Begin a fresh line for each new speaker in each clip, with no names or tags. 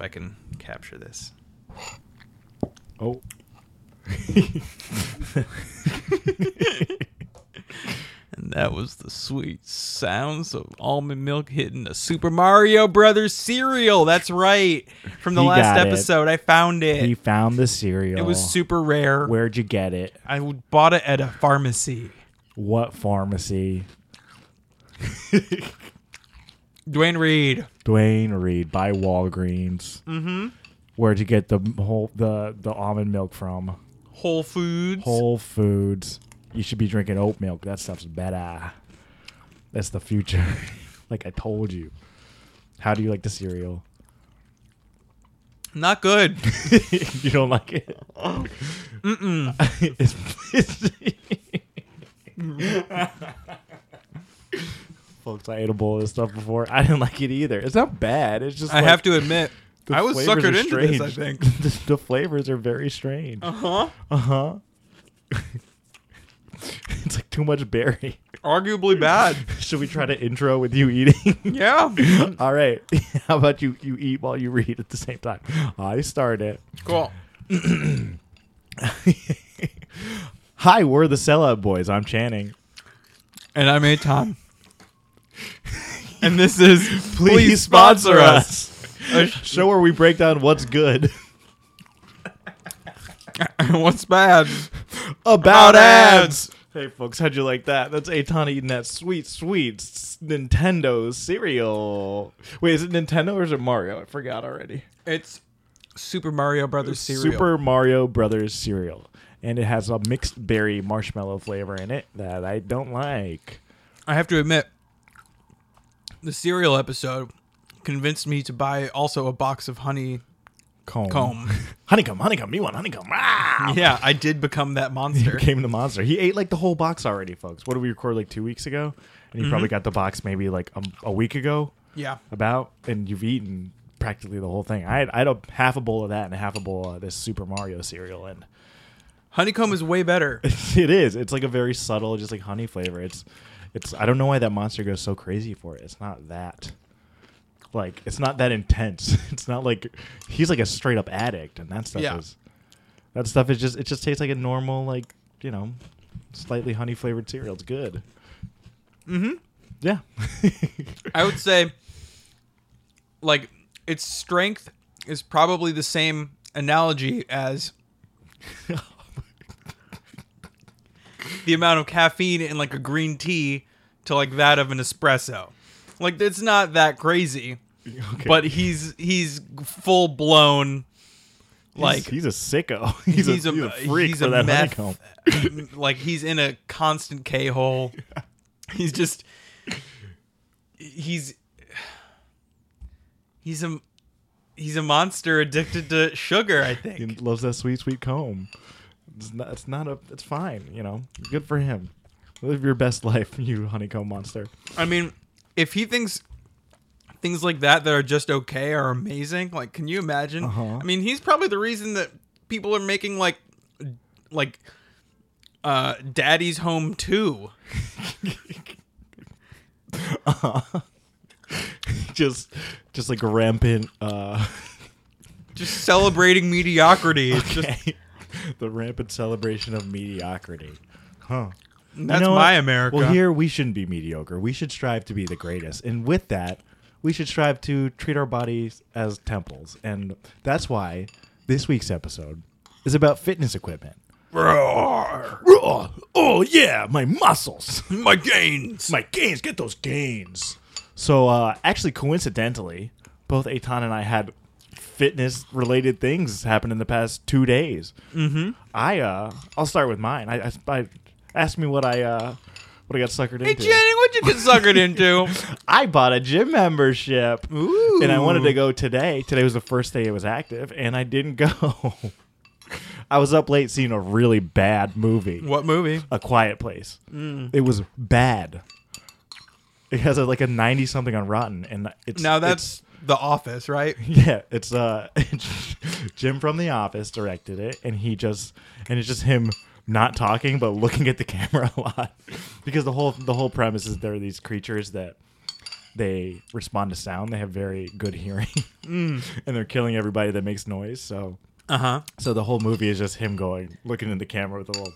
I can capture this.
Oh.
And that was the sweet sounds of almond milk hitting the Super Mario Brothers cereal. That's right. From the
He
last
got it.
episode, I found it.
he found the cereal.
it was super rare.
Where'd you get it?
I w- bought it at a pharmacy.
What pharmacy?
Dwayne Reed.
Dwayne Reed by Walgreens. Mm-hmm. Where'd you get the whole the the almond milk from?
Whole Foods.
Whole Foods. You should be drinking oat milk. That stuff's better. That's the future. like I told you. How do you like the cereal?
Not good.
you don't like it. Mm-mm. Folks, I ate a bowl of this stuff before. I didn't like it either. It's not bad. It's just
I
like,
have to admit,
the
I was
flavors
suckered
are
into this, I
strange.
think.
the, the flavors are very strange.
Uh huh.
Uh huh. it's like too much berry.
Arguably bad.
Should we try to intro with you eating?
Yeah.
All right. How about you? You eat while you read at the same time. I start it.
Cool.
Hi, we're the Sellout Boys. I'm Channing.
And I'm a Tom. and this is Please,
us. Show where we break down what's good
What's bad?
about
ads.
ads. Hey, folks, how'd you like that? That's Aton eating that sweet, sweet s- Nintendo cereal. Wait, is it Nintendo or is it Mario? I forgot already.
It's Super Mario Brothers cereal.
Super Mario Brothers cereal. And it has a mixed berry marshmallow flavor in it that I don't like.
I have to admit, the cereal episode convinced me to buy also a box of honey
Comb.
comb.
Honeycomb, honeycomb, me one, honeycomb. Ah!
yeah, I did become that monster.
became the monster. He ate like the whole box already, folks. What did we record like two weeks ago? And you probably got the box maybe like a, a week ago,
Yeah.
about, and you've eaten practically the whole thing. I had, I had a half a bowl of that and half a bowl of this Super Mario cereal, and
Honeycomb is way better.
it is. It's like a very subtle, just like honey flavor. It's, it's. I don't know why that monster goes so crazy for it. It's not that. Like it's not that intense. It's not like he's like a straight up addict, and that stuff
Yeah.
is. That stuff is just. It just tastes like a normal, like you know, slightly honey flavored cereal. It's good. Mm-hmm. Yeah.
I would say, like, its strength is probably the same analogy as the amount of caffeine in like a green tea to like that of an espresso. Like, it's not that crazy,
Okay.
but he's he's full blown, like
he's, he's a sicko. He's, a, he's a freak for that
meth-
honeycomb.
like he's in a constant K hole. He's just he's he's a he's a monster addicted to sugar. I
He
think
loves that sweet, sweet comb. It's not, it's not a. It's fine. You know, good for him. Live your best life, you honeycomb monster.
I mean, if he thinks things like that that are just okay are amazing, like can you imagine?
Uh-huh.
I mean, he's probably the reason that people are making like like uh Daddy's Home 2.
Just, just like rampant. uh
Just celebrating mediocrity. It's just
the rampant celebration of mediocrity. Huh. You
that's
know what?
my America.
Well, here we shouldn't be mediocre. We should strive to be the greatest. And with that, we should strive to treat our bodies as temples. And that's why this week's episode is about fitness equipment.
Roar!
Oh, oh yeah, my muscles.
My gains.
my gains. Get those gains. So, uh, actually, coincidentally, both Aton and I had fitness-related things happen in the past two days. Mm-hmm. I, uh, I'll start with mine. I, I, I asked me what I, uh, what I got suckered
hey,
into.
Jenny, what you get suckered into?
I bought a gym membership,
Ooh.
and I wanted to go today. Today was the first day it was active, and I didn't go. I was up late seeing a really bad movie.
What movie?
A Quiet Place.
Mm.
It was bad. It has a, like a ninety something on Rotten, and it's
Now that's The Office, right?
it's- yeah, it's uh, Jim from The Office directed it, and he just and it's just him not talking but looking at the camera a lot because the whole the whole premise is there are these creatures that they respond to sound. They have very good hearing,
Mm.
and they're killing everybody that makes noise. So,
Uh huh.
so the whole movie is just him going looking in the camera with a little,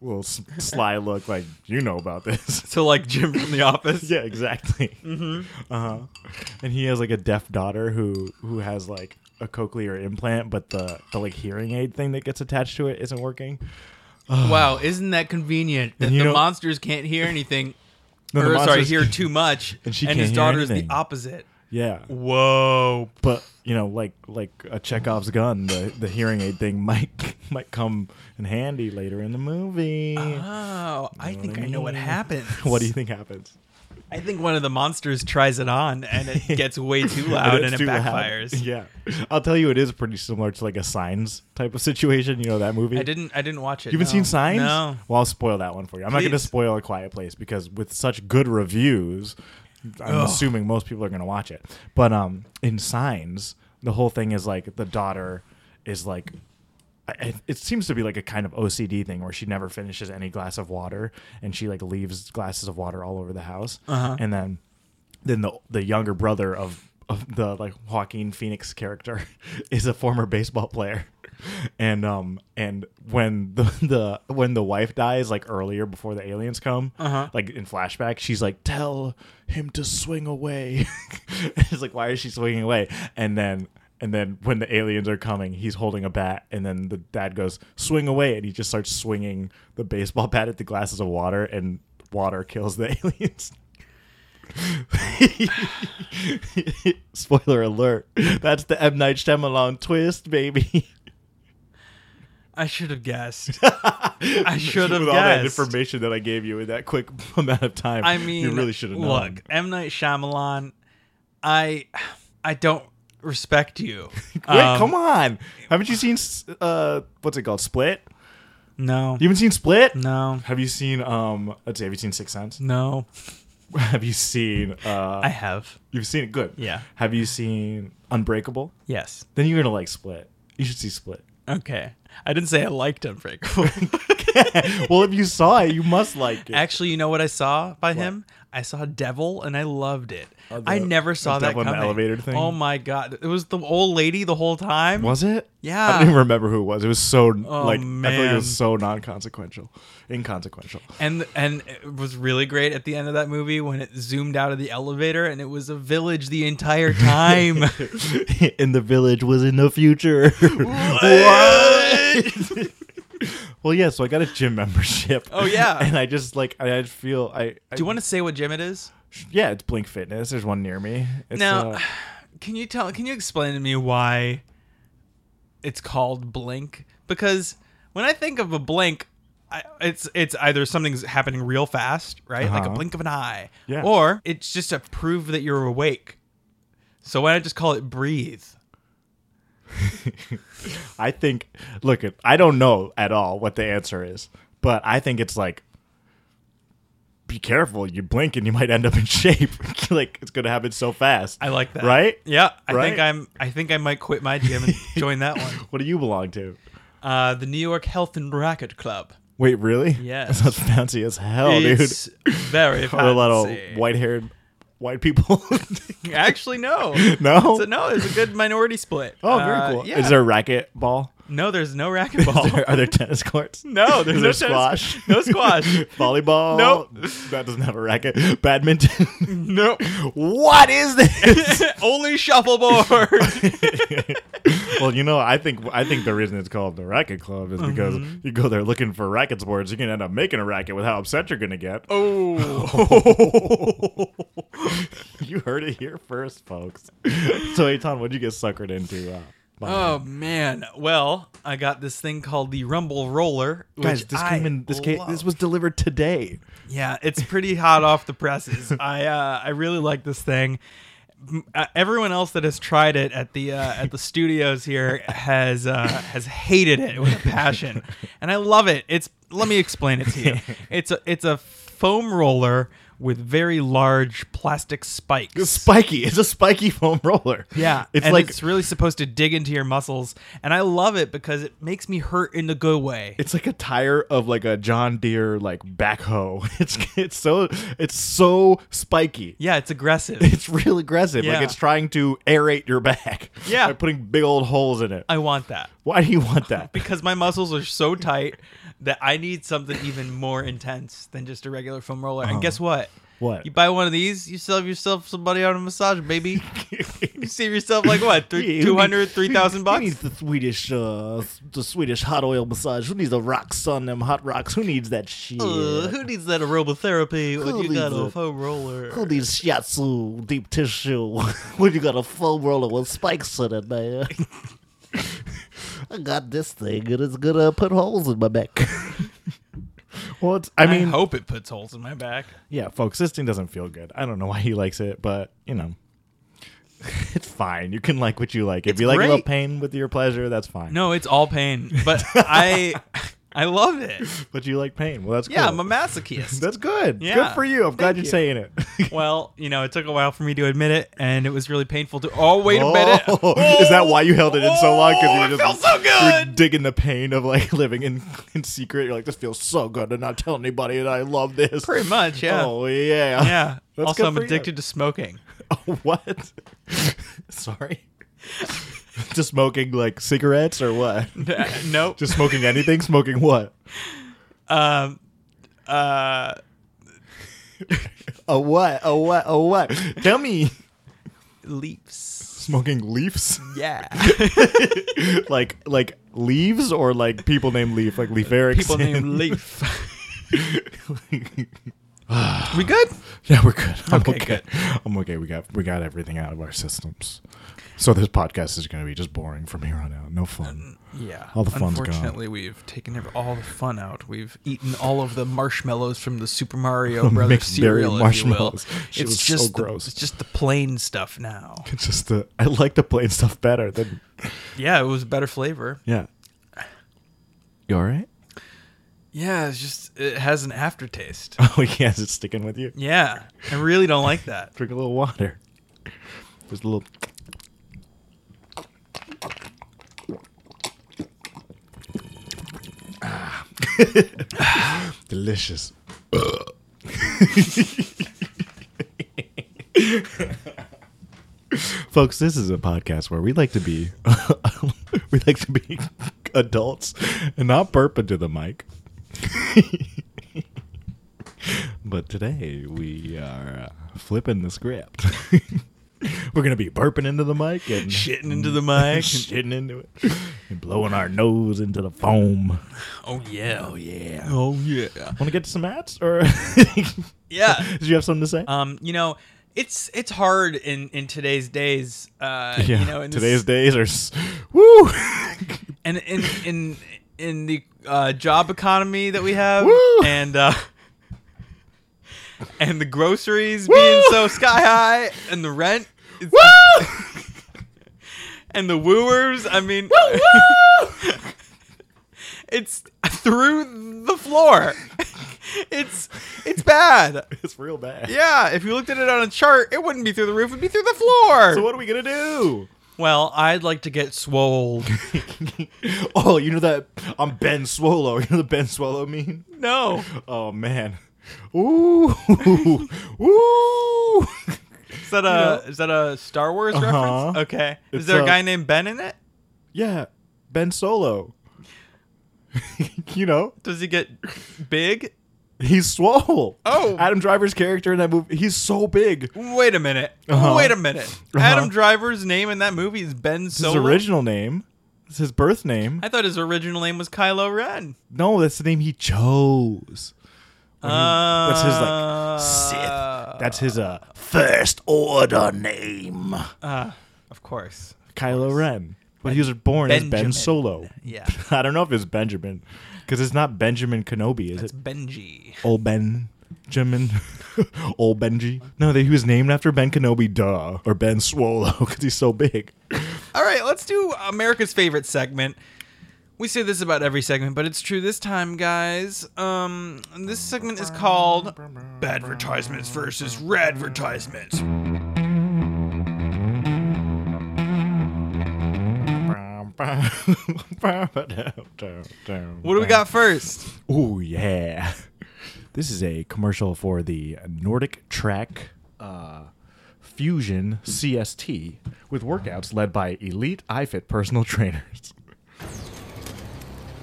little s- sly look, like you know about this.
So like Jim from the office.
yeah, exactly.
Mm-hmm.
Uh huh. And he has like a deaf daughter who who has like a cochlear implant, but the the like hearing aid thing that gets attached to it isn't working.
Wow, isn't that convenient that
And you
the
know-
monsters can't hear anything,
No, the
or sorry,
monsters-
hear too much,
And she
his
can't hear
daughter is
anything.
the opposite.
Yeah.
Whoa,
but you know, like like a Chekhov's gun, the, the hearing aid thing might might come in handy later in the movie.
Oh, I think
what
I
I
know what
mean?
happens.
What do you think happens?
I think one of the monsters tries it on and it gets way too loud
It's
and it
too loud.
backfires.
Yeah, I'll tell you, it is pretty similar to like a Signs type of situation. You know that movie?
I didn't. I didn't watch it.
You haven't
no.
seen Signs?
No.
Well, I'll spoil that one for you. I'm not going to
Please.
spoil A Quiet Place because with such good reviews, I'm
Ugh.
assuming most people are going to watch it. But um, in Signs, the whole thing is like the daughter is like. I- I- It seems to be like a kind of OCD thing where she never finishes any glass of water, and she like leaves glasses of water all over the house. And then, then the the younger brother of, of the like Joaquin Phoenix character is a former baseball player and um and when the, the when the wife dies like earlier before the aliens come like in flashback she's like tell him to swing away it's like why is she swinging away and then and then when the aliens are coming he's holding a bat and then the dad goes swing away and he just starts swinging the baseball bat at the glasses of water and water kills the aliens Spoiler alert. That's the M. Night Shyamalan twist, baby.
I should have guessed. I should have
with all that
guessed.
information that I gave you in that quick amount of time.
I mean,
you really should have known.
Look, M Night Shyamalan, I, I don't respect you.
Wait,
um,
come on! Haven't you seen s- uh, what's it called? Split?
No,
You haven't seen Split?
no,
Have you seen um? Let's see. Have you seen Six Sense?
no.
Have you seen uh?
I have.
you've seen it. Good.
Yeah.
Have you seen Unbreakable?
Yes.
Then you're gonna like Split. You should see Split.
Okay. I didn't say I liked Unbreakable.
well, if you saw it, you must like it.
Actually, you know what I saw by him? I saw Devil and I loved it.
Oh,
I
the-
never saw that
the devil in the
coming.
elevator thing?
Oh my god! It was the old lady the whole time.
Was it?
Yeah. Oh,
I don't even remember who it was. It was so like I feel like it
man.
was so non-consequential, inconsequential.
and and it was really great at the end of that movie when it zoomed out of the elevator and it was a village the entire time.
and the village was in the future. What? well, yeah. So I got a gym membership.
Oh, yeah.
And I just like I, I feel I. I
Do you want to say what gym it is?
Yeah, it's Blink Fitness. There's one near me. It's,
Now,
uh,
can you tell? Can you explain to me why it's called blink? Because when I think of a blink, I, it's it's either something's happening real fast, right, like a
Uh-huh.
blink of an eye,
Yeah.
or it's just to prove that you're awake. So why not just call it breathe?
I think. Look, I don't know at all what the answer is, but I think it's like. Be careful! You blink and you might end up in shape. like it's gonna happen so fast.
I like that.
Right?
Yeah. I
Right?
think I'm. I think I might quit my gym and join that one.
What do you belong to?
Uh, the New York Health and Racket Club.
Wait, really?
Yes.
That sounds fancy as hell,
it's very
dude. Or Oh, a lot of
fancy.
white-haired white people.
Actually, no.
no.
So no, it's a good minority split.
oh, very
Uh,
cool.
yeah.
Is there a racket ball?
No, there's no
Is
racquetball.
there, are there tennis courts?
No, there's
Is
no
there
tennis-
squash.
no squash.
Volleyball.
Nope.
That doesn't have a racket. Badminton.
no.
what is this?
Only shuffleboard.
well, you know, I think I think the reason it's called the racket club is because
Mm-hmm.
you go there looking for racket sports, you're gonna end up making a racket with how upset you're gonna get.
oh.
you heard it here first, folks. so, Aton, what'd you get suckered into? Uh, by-
oh man. Well, I got this thing called the Rumble Roller. Which
Guys, this
I
came in. This came, This
love.
was delivered today.
Yeah, it's pretty hot off the presses. I uh, I really like this thing. M- Uh, everyone else that has tried it at the uh, at the studios here has uh, has hated it with a passion, and I love it. It's let me explain it to you. It's a it's a foam roller with very large plastic spikes.
spiky. It's a spiky foam roller.
Yeah,
It's
and
like
it's really supposed to dig into your muscles, and I love it because it makes me hurt in the good way.
it's like a tire of like a John Deere like backhoe. It's it's so it's so spiky.
Yeah, it's aggressive.
It's real aggressive.
Yeah.
Like it's trying to aerate your back.
Yeah.
By putting big old holes in it.
I want that
Why do you want that?
because my muscles are so tight that I need something even more intense than just a regular foam roller. And guess what?
Uh-huh. What?
You buy one of these, you sell yourself somebody on a massage, baby. you save yourself like what, three,
Yeah, who
200,
needs-
3,000
Who
bucks?
needs the Swedish, uh, the Swedish hot oil massage? Who needs the rocks on them hot rocks? Who needs that shit?
Uh, who needs that aromatherapy when
Who
you got
needs
a
it?
foam roller?
Who needs shiatsu deep tissue when you got a foam roller with spikes in it, man? I got this thing and it's gonna put holes in my back. well, I
I
mean,
hope it puts holes in my back.
yeah, folks, this thing doesn't feel good. I don't know why he likes it, but you know, it's fine. You can like what you like. If you like a
great.
little pain with your pleasure, that's fine.
No, it's all pain, but I, I love it.
But you like pain. Well, that's
Yeah,
cool.
I'm a masochist.
That's good. Good
Yeah.
for you. I'm glad you're
you.
saying it.
Well, you know, it took a while for me to admit it, and it was really painful to. Oh, wait a minute.
Oh, Is that why you held it in so long?
Oh,
Because you
it
were just
feels so
you're
good.
digging the pain of like living in, in secret. You're like, this feels so good to not tell anybody that I love this.
Pretty much, yeah.
Oh yeah.
Yeah.
That's
also,
good
I'm
for you.
addicted to smoking.
Oh, what? Sorry. Just smoking like cigarettes or what?
Uh, nope.
Just smoking anything? smoking what?
um, uh,
A what? A what? A what? Tell me.
leaps.
Smoking leaves?
Yeah.
like like leaves or like people named Leaf, like Leaf Erickson.
People named Leaf. we good?
yeah, we're good. I'm okay.
Okay, good.
I'm okay. We got we got everything out of our systems. So this podcast is going to be just boring from here on out. No fun.
Yeah.
All the fun's gone.
Unfortunately, we've taken ev- all the fun out. We've eaten all of the marshmallows from the Super Mario Brothers
Mixed berry
cereal,
marshmallows.
if you will.
Shit
it's
was so
just the,
gross.
It's just the plain stuff now.
It's just the I like the plain stuff better than
Yeah, it was better flavor.
yeah. You all right?
Yeah, it's just it has an aftertaste.
Oh yes, it's sticking with you.
Yeah, I really don't like that.
Drink a little water. Just a little. Ah. Delicious. Folks, this is a podcast where we like to be we like to be adults and not burp into the mic. But today we are uh, flipping the script. We're gonna be burping into the mic and
Shitting into the mic.
shitting into it, and blowing our nose into the foam.
Oh yeah. Oh
Yeah.
Oh yeah.
Want to get to some ads, or did
Yeah.
you have something to say?
Um, you know, it's it's hard in in today's days. Uh, you know, in this-
today's days are s- woo,
and in in in the uh, job economy that we have,
Woo!
and uh, and the groceries
Woo!
being so sky high, and the rent, it's-
woo,
and the wooers. I mean,
woo.
it's through the floor. it's it's bad.
it's real bad.
Yeah, if you looked at it on a chart, it wouldn't be through the roof; it'd be through the floor.
So what are we gonna do?
well, I'd like to get swole.
oh, you know that I'm Ben Swallow. You know the Ben Swallow mean?
no,
Oh man. Ooh. Ooh.
is that a is that a Star Wars reference?
Uh-huh.
Okay, is
It's
there a
a-
guy named Ben in it?
yeah. Ben Solo. you know,
Does he get big?
he's swole.
Oh.
Adam Driver's character in that movie, he's so big.
Wait a minute.
Uh-huh.
Wait a minute.
Uh-huh.
Adam Driver's name in that movie is Ben
It's his
Solo.
original name. It's his birth name.
I thought his original name was Kylo Ren.
No, that's the name he chose. When he- Mm-hmm. that's his
Uh,
like Sith. That's his uh first order name.
Uh, of course.
Kylo Ren. But he was born as Ben
Benjamin.
Solo.
Yeah.
I don't know if it's Benjamin, because it's not Benjamin Kenobi, is
It's
it?
Benji.
Old Benjamin, old Benji. No, that he was named after Ben Kenobi, duh, or Ben Swolo, because he's so big.
All right, let's do America's favorite segment. We say this about every segment, but it's true this time, guys. Um, this segment is called Badvertisements versus Radvertisements. What do we got first?
Ooh, yeah. This is a commercial for the Nordic Track uh, Fusion CST with workouts led by elite iFit personal trainers.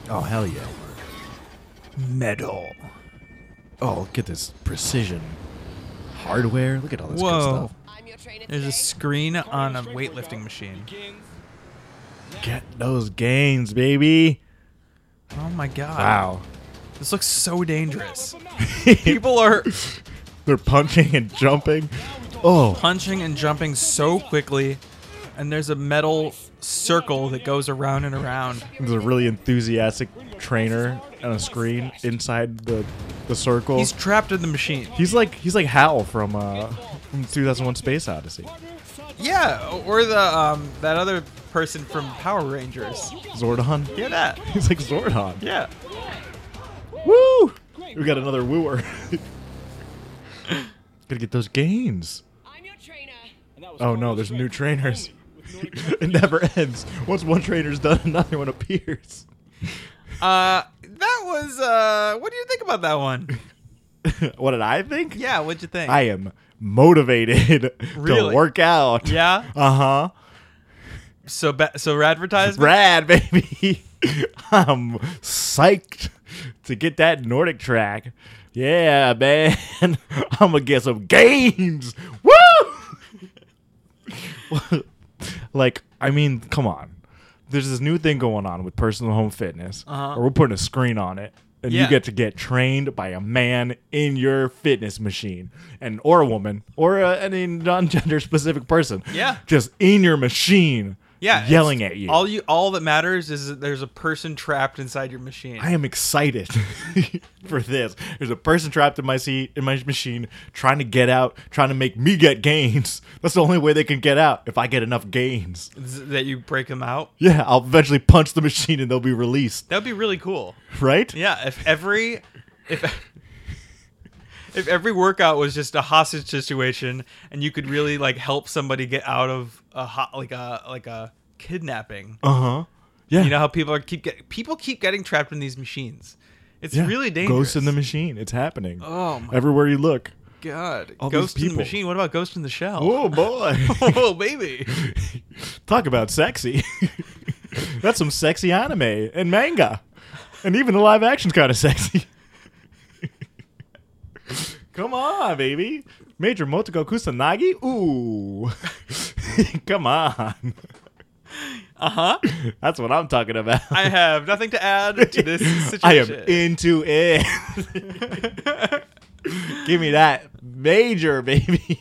Oh, hell yeah.
Metal.
Oh, get this precision hardware. Look at all this
Whoa.
good stuff.
I'm your trainer
There's
today.
a screen on a weightlifting machine.
Get those gains, baby.
Oh my god.
Wow.
This looks so dangerous. People are
They're punching and jumping. Oh,
punching and jumping so quickly, and there's a metal circle that goes around and around.
there's a really enthusiastic trainer on a screen inside the, the circle.
He's trapped in the machine.
He's like he's like Hal from uh from 2001 Space Odyssey.
Yeah, or the um that other person from Power Rangers.
Zordon.
Hear that?
He's like Zordon.
Yeah.
Woo! We got another wooer. Gotta get those gains.
I'm your trainer.
Oh no, there's new trainers. it never ends. Once one trainer's done, another one appears.
Uh, that was uh. What do you think about that one?
what did I think?
Yeah, what'd you think?
I am motivated
Really?
to work out.
yeah.
Uh huh.
So ba- so advertisement.
Rad, baby. I'm psyched to get that Nordic track. Yeah, man. I'm gonna get some gains. Woo! like, I mean, come on. There's this new thing going on with personal home fitness,
Uh-huh.
or we're putting a screen on it, and
Yeah.
you get to get trained by a man in your fitness machine, and or a woman, or a, any non-gender specific person.
Yeah.
just in your machine
yeah, it's-
yelling at you.
All you all that matters is that there's a person trapped inside your machine.
I am excited for this. There's a person trapped in my seat in my machine, trying to get out, trying to make me get gains. That's the only way they can get out. If I get enough gains,
Th- that you break them out.
yeah, I'll eventually punch the machine and they'll be released.
That'd be really cool.
Right?
Yeah, if every if if every workout was just a hostage situation and you could really like help somebody get out of a hot like a like a kidnapping.
Uh huh. Yeah.
You know how people are keep get, people keep getting trapped in these machines. It's
yeah.
really dangerous.
Ghosts in the machine. It's happening.
Oh my
Everywhere you look.
god.
All these
Ghost in the
people.
machine. What about Ghost in the Shell?
Oh boy.
Oh baby.
Talk about sexy. That's some sexy anime and manga. And even the live action's kind of sexy. Come on, baby. Major Motoko Kusanagi? Ooh. Come on.
Uh-huh.
That's what I'm talking about.
I have nothing to add to this situation.
I am into it. Give me that major, baby.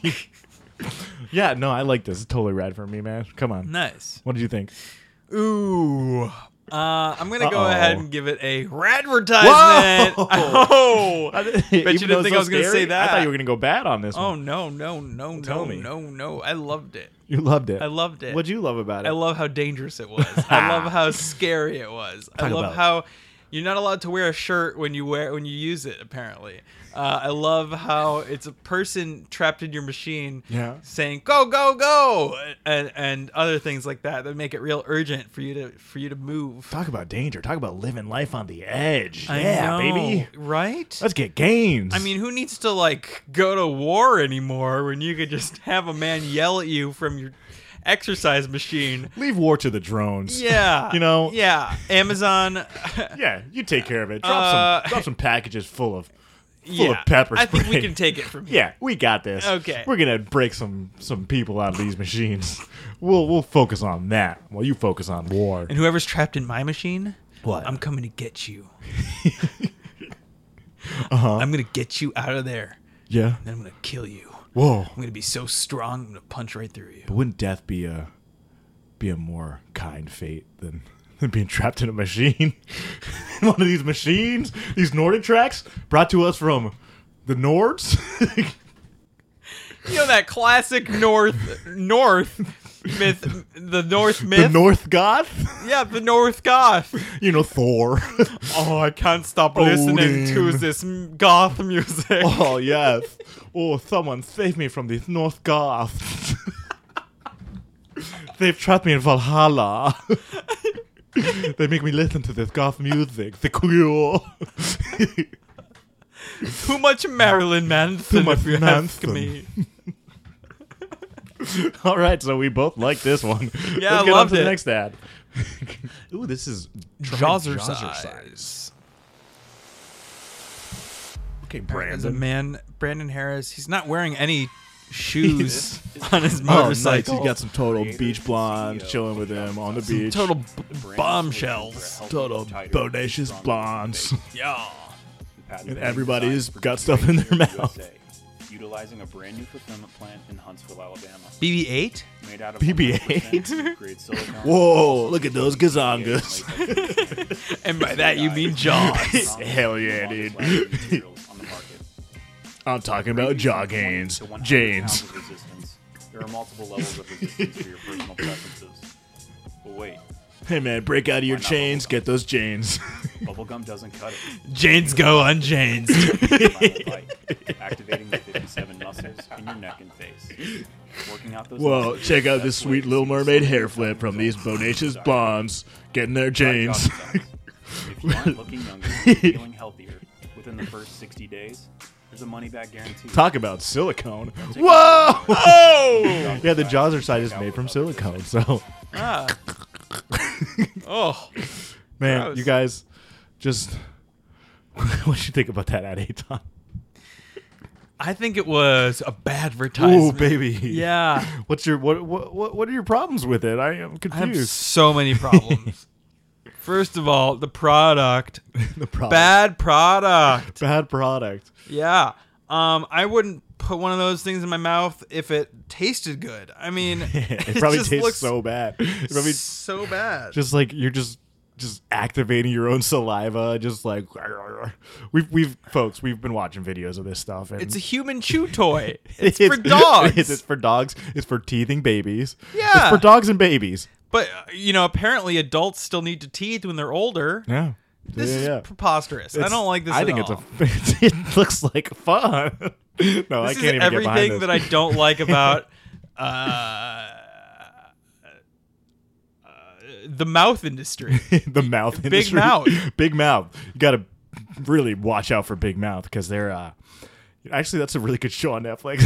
yeah, no, I like this. It's totally rad for me, man. Come on.
nice.
What did you think?
Ooh. Uh, I'm gonna go
Uh-oh.
ahead and give it a radvertisement.
Whoa!
Oh,
I
bet you didn't think I was gonna say that.
I thought you were going to go bad on this.
oh
one.
no, no, no,
Tell
no,
me.
no, no! I loved it.
You loved it.
I loved it.
What'd you love about it?
I love how dangerous it was. I love how scary it was. I
Talk
love
about it.
how you're not allowed to wear a shirt when you wear when you use it. Apparently, uh, I love how it's a person trapped in your machine,
Yeah.
saying "go, go, go" and and other things like that that make it real urgent for you to for you to move.
Talk about danger. Talk about living life on the edge.
I
yeah,
know,
baby.
Right?
Let's get gains.
I mean, who needs to like go to war anymore when you could just have a man yell at you from your exercise machine?
leave war to the drones.
Yeah.
You know-
Yeah. Amazon.
Yeah, you take care of it. Drop,
Uh,
some, drop some packages full of full
yeah.
of pepper
I think we
spray.
can take it from here.
Yeah, we got this.
Okay.
We're gonna break some some people out of these machines. We'll we'll focus on that while you focus on war.
And whoever's trapped in my machine,
What?
I'm coming to get you.
Uh-huh.
I'm gonna get you out of there.
Yeah.
Then I'm gonna kill you. I'm
Whoa.
gonna be so strong. I'm gonna punch right through you.
But wouldn't death be a be a more kind fate than than being trapped in a machine? in one of these machines, these Nordic tracks brought to us from the Nords.
You know that classic North North myth, the North myth.
The North God?
yeah, the North goth.
you know, Thor.
Oh, I can't stop listening to
Odin.
this m- goth music.
oh, yes. Oh, someone save me from these North Goths. They've trapped me in Valhalla. they make me listen to this goth music. The Cure.
Too much Marilyn Manson,
Too much
if you
Manson.
ask me.
All right, so we both like this one.
Yeah,
Let's
I
get
loved
on to
it.
the next ad. Ooh, this is tried
Jazzercise.
Okay,
There's a
Brandon.
man, Brandon Harris. He's not wearing any shoes on his
Oh, nice.
motorcycle.
He's got some total
Creator,
beach blonde
CEO,
chilling with him on the
Some
beach.
total b-
brand
bombshells.
solution for
total
helping tighter
bodacious
strong
blondes.
base.
Yeah.
Patented
everybody's
design
got
for
stuff in their
Great Bear
mouth.
USA, utilizing a brand new fulfillment plant in Huntsville, Alabama,
BB-8.
made out of
BB-8?
100% grade silicone.
Whoa, look at those
Made
gazongas.
from latex
And by that you mean
and
Jaws.
nylon,
Hell yeah,
the
dude.
longest lasting materials on the market.
I'm talking about joggings,
To 100
Janes.
pounds of resistance. There are multiple levels of resistance for your personal preferences. But wait,
Hey man, break out of your
Why not
chains,
bubblegum?
get those chains.
bubblegum doesn't cut it.
Jane's go unchained.
Violent light, activating the 57 muscles in your neck and face. Working out those
Whoa,
muscles
check
is the
out this
best way
sweet
to
Little
see
Mermaid
yourself
hair
in
flip from
terms
these
of
bodacious
diet.
blondes getting their chains.
Diet exercise. if you aren't looking younger and feeling healthier within the first 60 days, there's a money back guarantee.
Talk about silicone.
Check
Whoa!
oh.
Yeah, the Jawser side is made from silicone, so.
Ah. oh.
Man,
Gross.
you guys, just what you think about that ad, Aton?
I think it was a bad
Ooh,
advertisement.
baby.
Yeah.
What's your what what what what are your problems with it? I
I
am
have
confused.
so many problems. First of all, the product.
the product.
Bad product.
bad product.
Yeah. Um, I wouldn't put one of those things in my mouth if it tasted good. I mean,
It, probably
just
tastes
looks
so bad. It probably
so bad.
just like you're just just activating your own saliva. Just like we've we've folks, we've been watching videos of this stuff. And
it's a human chew toy. It's, for dogs.
It's, for dogs. It's for teething babies.
Yeah.
it's for dogs and babies.
but uh, you know, apparently adults still need to teeth when they're older.
Yeah,
This
yeah,
is
yeah.
preposterous. I
It's-
don't like this.
I
at
think
all.
it's a. it looks like fun. no, I
This
can't
is
even get behind
everything
this.
that I don't like about uh, uh, the mouth industry.
the mouth
Big
industry.
mouth.
big mouth. You got to really watch out for big mouth because they're. uh Actually, that's a really good show on Netflix.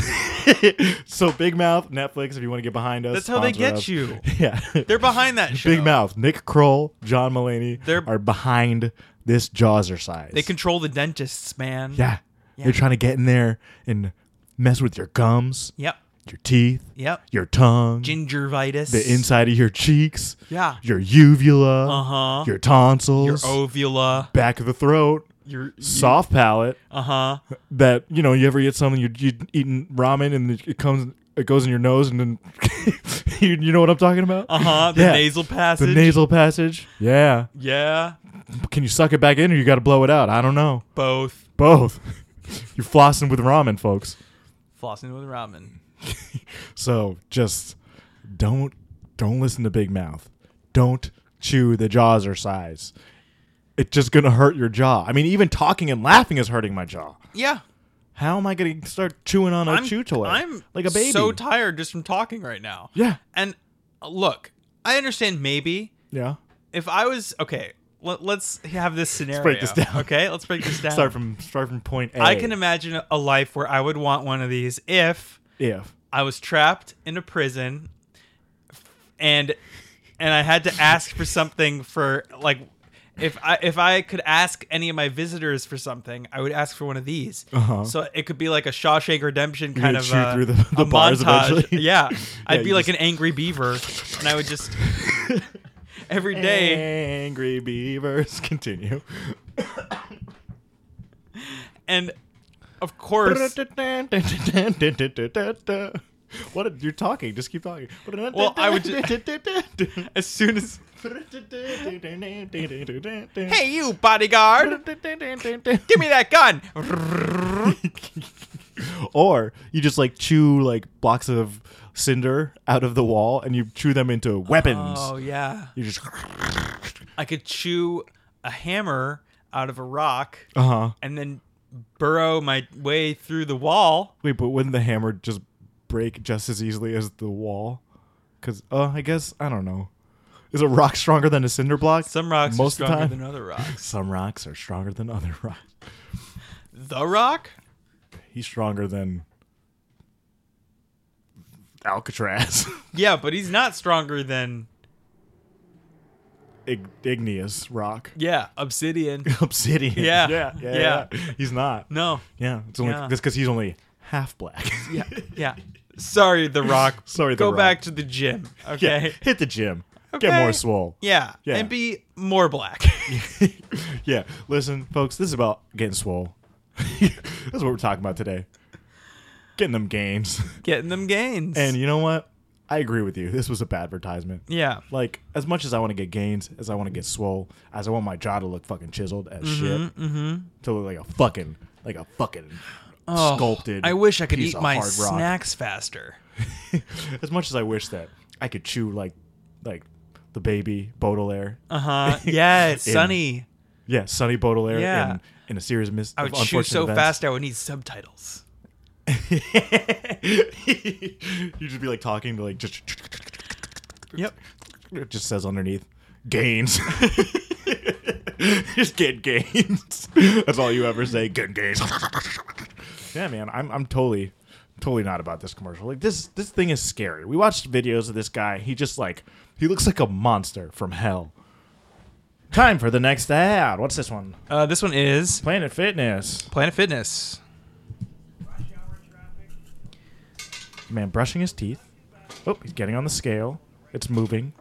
so, Big Mouth, Netflix, if you want to get behind us.
That's how they
sponsor
get
us.
you.
Yeah.
They're behind that show.
Big Mouth, Nick Kroll, John Mulaney
They're-
are behind this Jawser size.
They control the dentists, man.
Yeah. They're trying to get in there and mess with your gums,
Yep.
your teeth,
Yep.
your tongue,
Gingivitis.
the inside of your cheeks,
Yeah.
your uvula,
Uh huh.
your tonsils,
ovula.
back of the throat,
Your
soft palate.
Uh huh.
That you know, you ever eat something you you eating ramen and it comes, it goes in your nose, and then you, you know what I'm talking about?
Uh huh. The
Yeah.
nasal
The
passage.
nasal passage. Yeah.
Yeah.
Can you suck it back in, or you got to blow it out? I don't know.
Both.
Both. You're flossing with ramen, folks.
Flossing with ramen.
So just don't don't listen to Big Mouth. Don't chew the jaws or size. It's just gonna hurt your jaw. I mean, even talking and laughing is hurting my jaw.
Yeah.
How am I gonna start chewing on a
I'm,
chew toy?
I'm
like a baby.
so tired just from talking right now.
yeah,
And uh, look, I understand maybe
yeah.
if I was okay. Let, let's have this scenario.
break this down.
Okay, let's break this down.
Start from start from point A.
I can imagine a life where I would want one of these if
if
I was trapped in a prison and and I had to ask for something for like if I if I could ask any of my visitors for something, I would ask for one of these.
Uh-huh.
So it could be like a Shawshank Redemption kind
could
of
chew
uh,
through the- the
a
bars
montage.
eventually.
Yeah, I'd
you
be like
just-
an angry beaver, and I would just every
Eh.
day.
angry beavers continue.
And of course,
What a- you're talking? Just keep talking.
Well, I would ju- as soon as
hey.
hey you bodyguard, give me that gun.
or you just like chew like blocks of cinder out of the wall and you chew them into weapons.
Oh yeah,
You just
I could chew a hammer out of a rock
uh huh.
and then burrow my way through the wall.
Wait, but wouldn't the hammer just break just as easily as the wall? Because uh, I guess I don't know. Is a rock stronger than a cinder block?
Some rocks
Most
are
of the
stronger
time.
than other rocks.
Some rocks are stronger than other rocks.
The rock?
He's stronger than Alcatraz.
Yeah, but he's not stronger than
Ig- igneous rock.
yeah obsidian.
Obsidian.
Yeah.
Yeah.
Yeah.
Yeah. yeah. He's not.
No.
Yeah. It's only
Yeah.
that's because he's only half black.
Yeah. Yeah. Sorry, The Rock.
Sorry, The
Go
Rock.
back to the gym.
yeah.
Okay.
Hit the gym.
Okay.
Get more swole.
Yeah.
Yeah.
And be more black.
yeah. Listen, folks, this is about getting swole. That's what we're talking about today. Getting them gains.
Getting them gains.
And you know what? I agree with you. This was a bad advertisement.
yeah.
Like, as much as I want to get gains, as I want to get swole, as I want my jaw to look fucking chiseled as shit, mm-hmm. to look like a fucking, like a fucking
Oh,
sculpted.
I wish I could
piece
eat
of
my
hard rock.
snacks faster.
as much as I wish that I could chew like, like the baby Baudelaire.
Uh huh. Yeah. Sunny.
Yeah, Sonny Baudelaire
Yeah.
in, in a series of mis-
I
of
would chew
unfortunate
so
events.
fast I would need subtitles.
you just be like talking to like just
Yep.
it just says underneath gains. just get gains. That's all you ever say. Get gains. yeah, man. I'm I'm totally totally not about this commercial. Like this this thing is scary. We watched videos of this guy. He just like he looks like a monster from hell. Time for the next ad. What's this one?
Uh, this one is
Planet Fitness.
Planet Fitness.
Man brushing his teeth. Oh, he's getting on the scale. It's moving.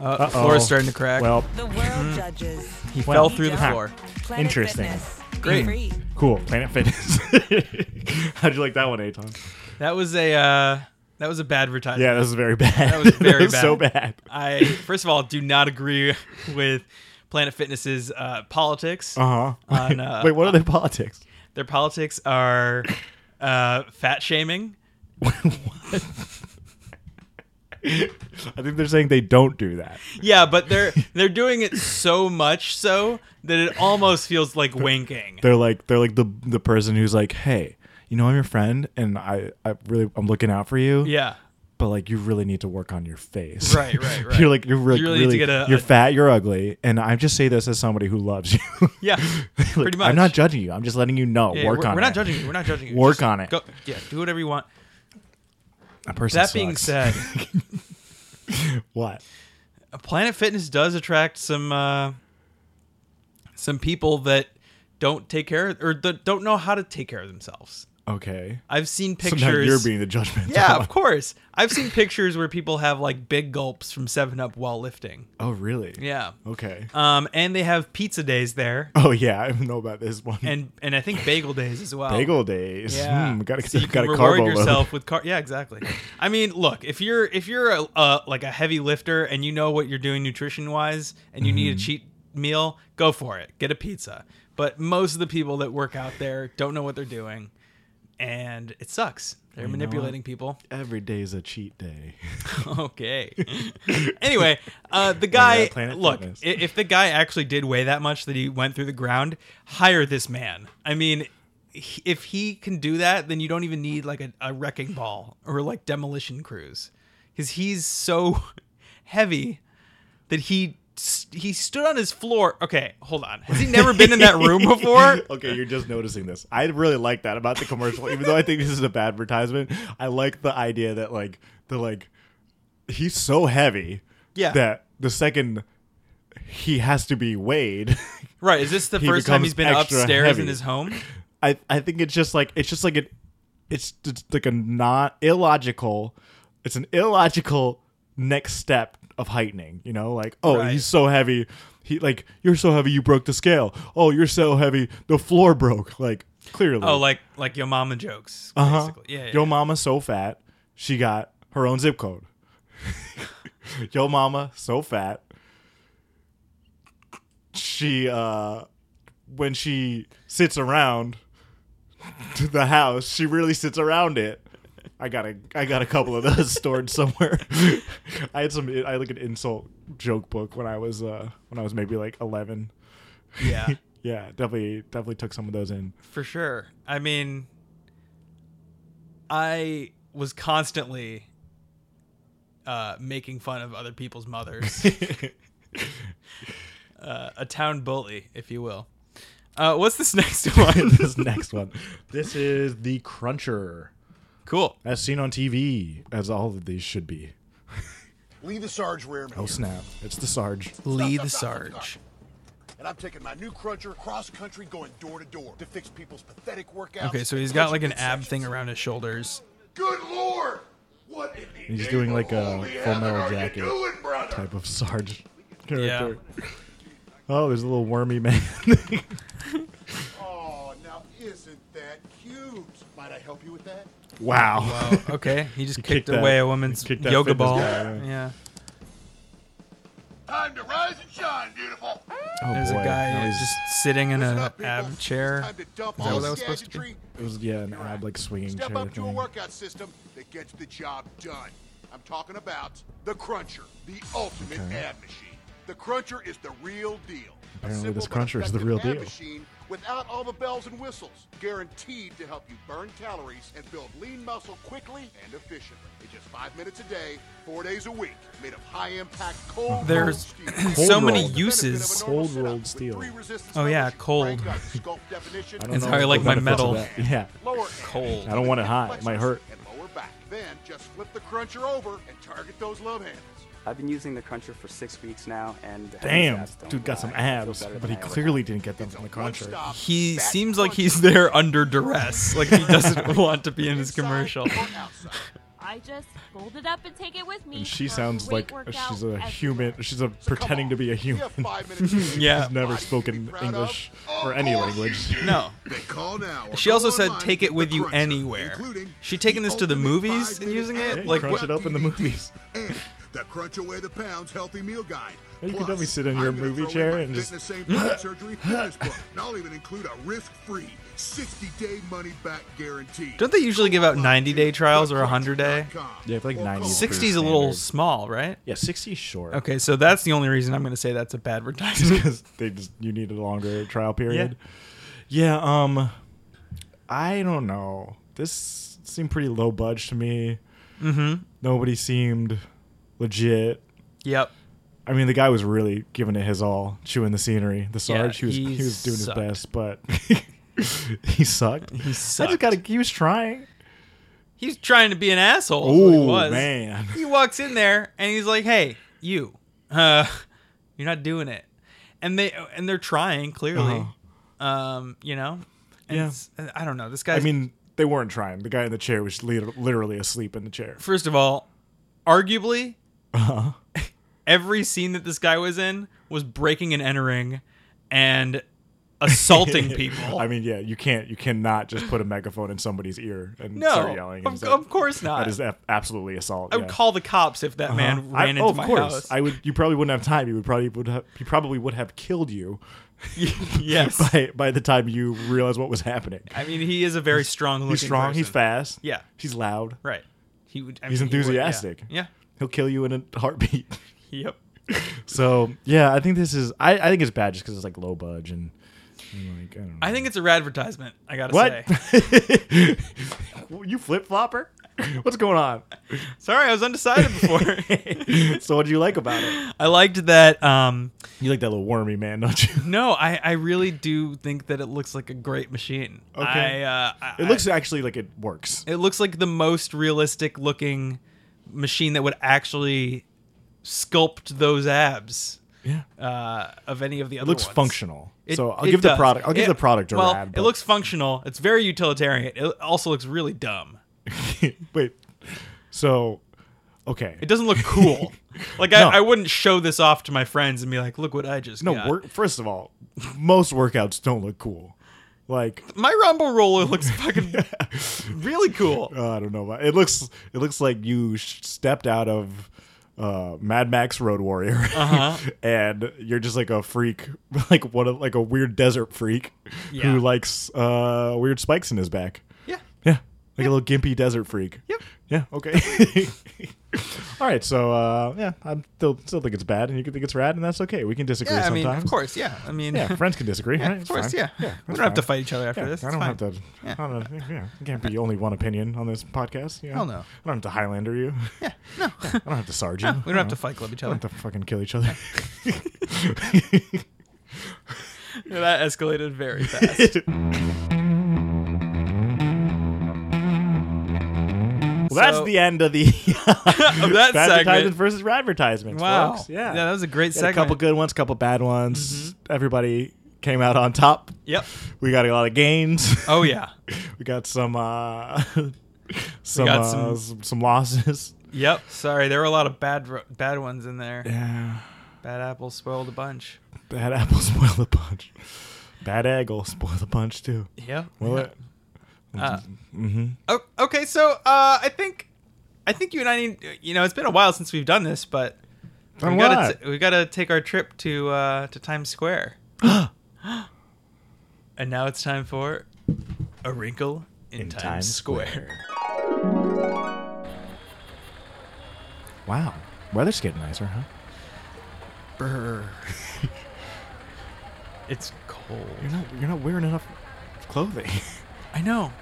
Oh,
Uh, the floor is starting to crack.
Well,
The world judges.
Mm-hmm. he
well.
fell through the
Huh.
floor.
Planet
Interesting.
Fitness.
Great.
Free.
Cool. Planet Fitness. How'd you like that one, Aton?
That was a uh, that was a bad advertisement.
Yeah, this is very bad.
That was very bad.
so bad.
I first of all do not agree with Planet Fitness's uh, politics.
Uh
On, uh,
Wait, what are their politics?
Their politics are uh, fat shaming.
I think they're saying they don't do that.
Yeah, but they're they're doing it so much so that it almost feels like winking.
They're like they're like the the person who's like, hey, you know, I'm your friend, and I I really I'm looking out for you.
Yeah.
But like, you really need to work on your face.
Right, right, right.
you're like you're really,
You really
really,
need to get a-
you're
a-
fat, you're ugly, and I just say this as somebody who loves you.
Yeah.
Like,
Pretty much.
I'm not judging you. I'm just letting you know.
Yeah,
work
we're,
on
we're
it.
not judging you. We're not judging you.
Work on it.
Go, yeah, do whatever you want.
A person
That being
sucks.
said,
what?
Planet Fitness does attract some uh, some people that don't take care or that don't know how to take care of themselves.
Okay.
I've seen pictures.
So now you're being the judgment.
yeah, of course. I've seen pictures where people have like big gulps from Seven Up while lifting.
Oh, really?
Yeah.
Okay.
Um, and they have pizza days there,
Oh yeah, I don't know about this one.
and and I think bagel days as well.
bagel days.
Yeah.
Hmm, gotta
So you
gotta
can
carbo
reward
load.
yourself with car. Yeah, exactly. I mean, look, if you're if you're a, a like a heavy lifter and you know what you're doing nutrition wise, and you
Mm-hmm.
need a cheat meal, go for it. Get a pizza. But most of the people that work out there don't know what they're doing, and it sucks. They're
know
manipulating people.
Every day is a cheat day.
Okay. anyway, uh, the guy.
at Planet
Look, i
Fitness.
if the guy actually did weigh that much that he went through the ground, hire this man. I mean, he- if he can do that, then you don't even need like a, a wrecking ball or like demolition crews, because he's so heavy that he s- he stood on his floor. Okay, hold on. Has he never been in that room before?
okay, you're just noticing this. I really like that about the commercial, even though I think this is a bad advertisement. I like the idea that like the like he's so heavy
Yeah.
that the second he has to be weighed.
Right. Is this the
He
first time
becomes
he's been
extra
upstairs in
heavy.
his home?
I I think it's just like it's just like an it's just like a not illogical it's an illogical next step of heightening, you know, like oh
Right.
he's so heavy he like you're so heavy you broke the scale. Oh, you're so heavy the floor broke like clearly.
Oh, like like your mama jokes.
Uh-huh.
Basically. Yeah, yeah.
Yo mama's so fat, she got her own zip code. Yo mama so fat. She uh when she sits around to the house, she really sits around it. I got a I got a couple of those stored somewhere. I had some I had like an insult joke book when I was uh when I was maybe like eleven.
Yeah.
yeah, definitely definitely took some of those in.
For sure. I mean, I was constantly uh, making fun of other people's mothers. uh, a town bully, if you will. Uh, what's this next one?
this next one. This is the Cruncher,
cool.
as seen on TV, as all of these should be.
Leave the Sarge Rearman.
Oh snap! It's the Sarge.
Lee
Stop,
the
stop, stop,
Sarge.
stop. And I'm taking my new cruncher cross country going door to door to fix people's pathetic workouts.
Okay, so he's
and
got like an
crunching
ab thing
midsection.
around his shoulders.
Good lord! What in the
He's
name
doing
of
like a
holy
Full
heaven
Metal
are you
Jacket
doing, brother?
Type of Sarge.
Yeah.
Oh, there's a little wormy man.
Oh, now isn't that cute? Might I help you with that?
wow.
Oh, okay. He just kicked,
kicked that-
away a woman's
kicked that
yoga
fitness
ball.
guy, yeah.
yeah.
Time to rise and shine, beautiful.
Oh
There's
boy.
a guy
Now he's-
just sitting in
Listen
an
up, people.
ab
It's
chair.
time to dump
that
all
what that was supposed to be?
gadgetry
It was yeah, an ab like swinging
Step
chair
up to a
thing.
workout system that gets the job done. I'm talking about the Cruncher, the ultimate
Okay.
ab machine. The Cruncher is the real deal. A
Apparently
simple
this
but
Cruncher is the
effective
real
ab
deal.
Machine without all the bells and whistles, guaranteed to help you burn calories and build lean muscle quickly and efficiently. In just five minutes a day, four days a week, made of high-impact cold.
There's
rolled steel.
so
Cold
many
rolled.
uses.
Cold rolled steel.
Oh, yeah, cold.
I don't
It's
know
how I
the
like my
benefits
metal.
of that. Yeah.
Cold.
I don't want it hot. It might hurt.
And lower back. Then just flip the cruncher over and target those love handles.
I've been using the cruncher for six weeks now, and the
Damn,
abs don't
dude got
lie.
some
I feel
abs,
better
but
than
he
I ever
clearly didn't get them
It's a
from the cruncher.
one-stop
He
back
seems like
cruncher.
he's there under duress. Like he doesn't want to be in this
Inside
commercial.
or outside.
I just fold it up and take it with me.
And she
for a
sounds
weight
like
workout
she's a
every-
human. She's a
Come
pretending
on.
to be a
You
human.
have five minutes to do it.
Yeah.
She's never
Body you can be
spoken
proud of?
English
Of
or any
course you
language.
do.
No.
They call now or
She also
go
said,
online
"Take it
the
with you
Cruncher,
anywhere."
including
She taking
the
this to the
ultimate
movies and
five-minute
using it?
ad
Like,
break
crunch
it up in the
DVD
movies.
And the Crunch Away the Pounds Healthy Meal Guide.
You could
Plus,
definitely sit in
I'm
your
gonna
movie
throw in
chair
my
and just-
fitness same surgery fitness book. And I'll even include a risk-free 60-day money-back guarantee.
Don't they usually give out 90-day trials or 100-day?
Yeah, like 90 is pretty
60 is a little
standard.
small, right?
Yeah, 60 is short.
Okay, so that's the only reason I'm going to say that's a bad advertisement.
because they just you need a longer trial period. Yeah. um I don't know. This seemed pretty low budge to me.
mm-hmm.
Nobody seemed legit.
Yep.
I mean, the guy was really giving it his all, chewing the scenery. The
Yeah,
Sarge, he was
he
he was doing
sucked.
his best, but he sucked. He I
sucked.
just gotta. He was trying.
He's trying to be an asshole. is what he
Oh
was.
man,
He walks in there and he's like, "Hey, you, uh, you're not doing it," and they and they're trying clearly, um, you know. And
Uh-huh. Yeah.
it's- I don't know. This
I
guy's
mean, they weren't trying. The guy in the chair was lit- literally asleep in the chair.
first of all, arguably,
Uh-huh.
every scene that this guy was in was breaking and entering and assaulting people.
I mean, yeah, you can't, you cannot just put a megaphone in somebody's ear and
no,
start yelling.
of,
Is that-
of course not.
that is a- absolutely assault.
I would
yeah.
call the cops if that
Uh-huh.
man ran
I-
into
oh, of
my
course.
house.
I would. You probably wouldn't have time. You would probably would have. He probably would have killed you.
yes.
by by the time you realize what was happening.
I mean, he is a very strong.
He's strong. He's fast.
Yeah.
He's loud.
Right. He would. I
He's
mean, he would, yeah.
enthusiastic.
yeah.
He'll kill you in a heartbeat.
Yep.
so yeah, I think this is. I, I think it's bad just because it's like low budge and, and like I don't know.
I think it's a radvertisement. I gotta
what?
say.
you flip flopper? What's going on?
Sorry, I was undecided before.
so what do you like about it?
I liked that. Um,
You like that little wormy man, don't you?
no, I, I really do think that it looks like a great machine.
Okay.
I, uh, I-
It looks actually like it works.
It looks like the most realistic looking machine that would actually sculpt those abs
Yeah.
uh, of any of the
It
other.
looks
ones.
functional.
It-
so I'll
it
give the
does.
product. I'll give
It-
the product a
well,
rad.
It
but-
looks functional. It's very utilitarian. It also looks really dumb.
Wait. So, okay.
It doesn't look cool. like I,
No.
I wouldn't show this off to my friends and be like, "Look what I just
No,
got."
work, first of all, most workouts don't look cool. Like
My rumble roller looks fucking really cool.
uh, I don't know, about it looks it looks like you sh- stepped out of uh, Mad Max Road Warrior,
Uh-huh.
and you're just like a freak, like what, a, like a weird desert freak
Yeah.
who likes uh, weird spikes in his back.
Yeah.
Yeah, Like a little gimpy desert freak.
Yep.
Yeah. Okay. All right. So uh, yeah, I am still still think it's bad, and you can think it's rad, and that's okay. We can disagree
Yeah, I
sometimes.
mean, of course, yeah. I mean,
Yeah, friends can disagree.
Yeah,
right?
of
It's
course,
fine.
yeah. we don't
that's
have to
fine.
fight each other after
Yeah,
this.
I
It's
don't
fine.
have to.
Yeah.
I don't know. Yeah, it can't be only one opinion on this podcast. You know?
Hell no.
I don't have to Highlander you. Yeah, no. I don't have to Sarge you.
No, we don't have to fight club each
I
other.
don't have to fucking kill each other.
Yeah, that escalated very fast.
Well, that's
So-
the end of the
of that
advertisements
segment.
versus advertisements.
Wow.
folks. Yeah.
that was a great
We had
segment. Mm-hmm.
a couple good ones, couple bad ones. Everybody came out on top.
Yep.
We got a lot of gains.
Oh yeah.
We got some uh some
got
uh,
some-
some, some losses.
Yep. Sorry, there were a lot of bad ro- bad ones in there.
Yeah.
Bad apples spoiled a bunch.
Bad apple spoil the punch. Bad egg will spoil the punch too.
Yeah.
Will it?
O- okay, so uh, I think I think you and I need you know it's been a while since we've done this, but
Done
we gotta
what?
t- we gotta take our trip to uh, to Times Square. and now it's time for a wrinkle in, Times, Square.
Wow. Weather's getting nicer, huh?
Brr. it's cold.
You're not you're not wearing enough clothing.
I know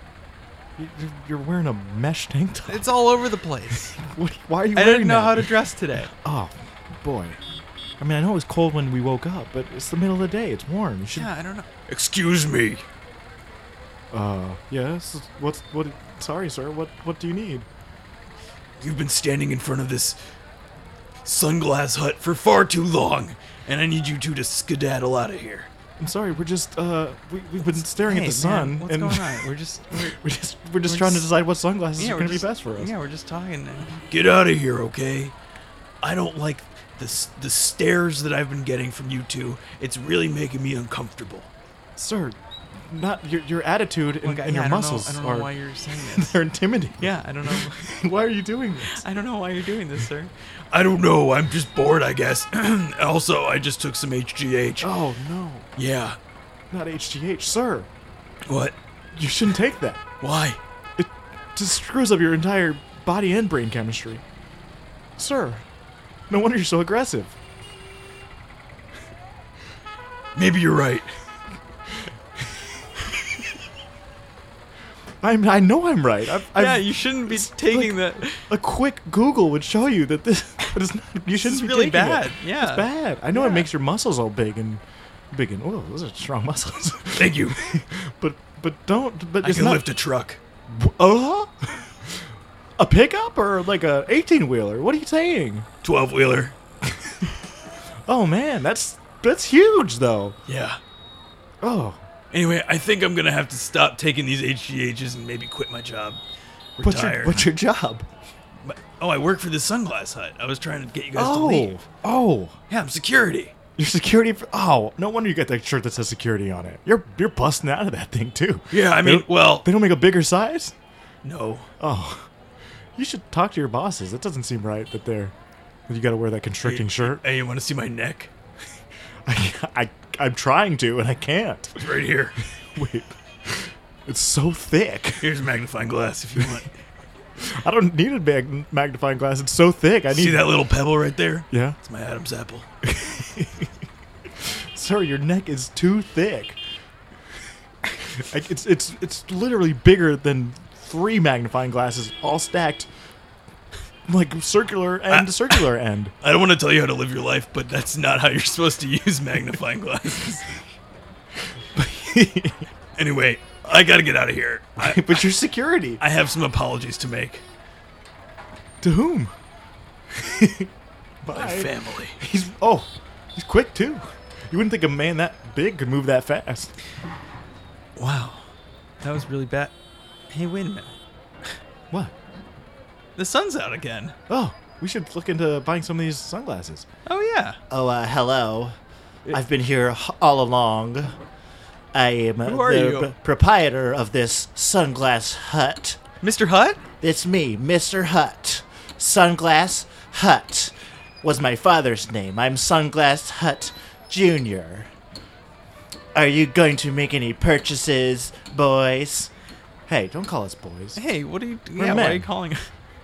You- You're, you're wearing a mesh tank top.
it's all over the place.
What- Why are you
I
wearing
didn't know
that?
how to dress today.
Oh, boy. I mean, I know it was cold when we woke up, but it's the middle of the day. It's warm. You should.
Yeah, I don't know.
Excuse me.
Uh, yes. What's what? Sorry, sir. What what do you need?
You've been standing in front of this sunglass hut for far too long, and I need you two to skedaddle out of here.
I'm sorry. We're just uh, we we've been staring
Hey,
at
man,
the sun,
what's
and
going on? We're just we're,
we're just we're just
We're
trying
just-
to decide what sunglasses
yeah,
are
we're
going to be
just-
best for us.
Yeah, we're just talking now.
Get out of here, okay? I don't like the s- the stares that I've been getting from you two. It's really making me uncomfortable.
sir, not your your attitude and,
Look, I-
and
yeah,
your
I don't know-
muscles
I don't know
are
why you're saying this.
they're intimidating.
Yeah, I don't know.
why are you doing this?
I don't know why you're doing this, sir.
I don't know. I'm just bored, I guess. also, I just took some HGH.
Oh no,
Yeah.
not HGH, sir.
What?
You shouldn't take that.
Why?
It just screws up your entire body and brain chemistry. Sir, no wonder you're so aggressive.
Maybe you're right.
I'm, I know I'm right. I've, I've,
yeah, you shouldn't be taking that.
a quick Google would show you that this that is not, you shouldn't
is
be
really
taking it.
bad, yeah.
it's bad. I know it
Yeah.
makes your muscles all big and big and oh, those are strong muscles.
Thank you.
but but don't. But
I
it's
can
not.
lift a truck.
uh, a pickup or like a eighteen wheeler. What are you saying?
12 wheeler.
Oh man, that's that's huge though.
Yeah.
Oh,
Anyway, I think I'm gonna have to stop taking these HGHs and maybe quit my job.
what's
Retire.
your what's your job?
oh, I work for the Sunglass Hut. I was trying to get you guys to
Oh
leave.
oh.
Yeah, I'm security.
Your security. f oh, no wonder you got that shirt that says security on it. You're you're busting out of that thing too.
Yeah, I
They
mean,
don't-
well,
they don't make a bigger size.
no.
Oh, you should talk to your bosses. It doesn't seem right that they're that you got to wear that constricting shirt.
Hey, you want to see my neck?
I, I am trying to and I can't.
It's right here.
Wait, it's so thick.
Here's a magnifying glass if you want.
I don't need a mag- magnifying glass. It's so thick. I need
see that little pebble right there?
Yeah,
It's my Adam's apple.
sir, your neck is too thick. I- it's it's it's literally bigger than three magnifying glasses all stacked, like circular end to circular end.
I don't want to tell you how to live your life, but that's not how you're supposed to use magnifying glasses. anyway, I gotta get out of here. I,
but your security
I have some apologies to make.
to whom?
My
Bye.
family.
He's oh, he's quick too. You wouldn't think a man that big could move that fast.
Wow, that was really bad. Hey, wait a minute.
What?
The sun's out again.
Oh, we should look into buying some of these sunglasses.
Oh yeah.
Oh, uh, hello. I've been here h- all along. I am uh,
Who are
the
you?
p- proprietor of this sunglass hut.
Mr. Hut?
It's me, Mr. Hut. Sunglass Hut was my father's name. I'm Sunglass Hut Jr. Are you going to make any purchases, boys?
Hey, don't call us boys.
Hey, what are you?
We're
yeah, why are
men.
you calling?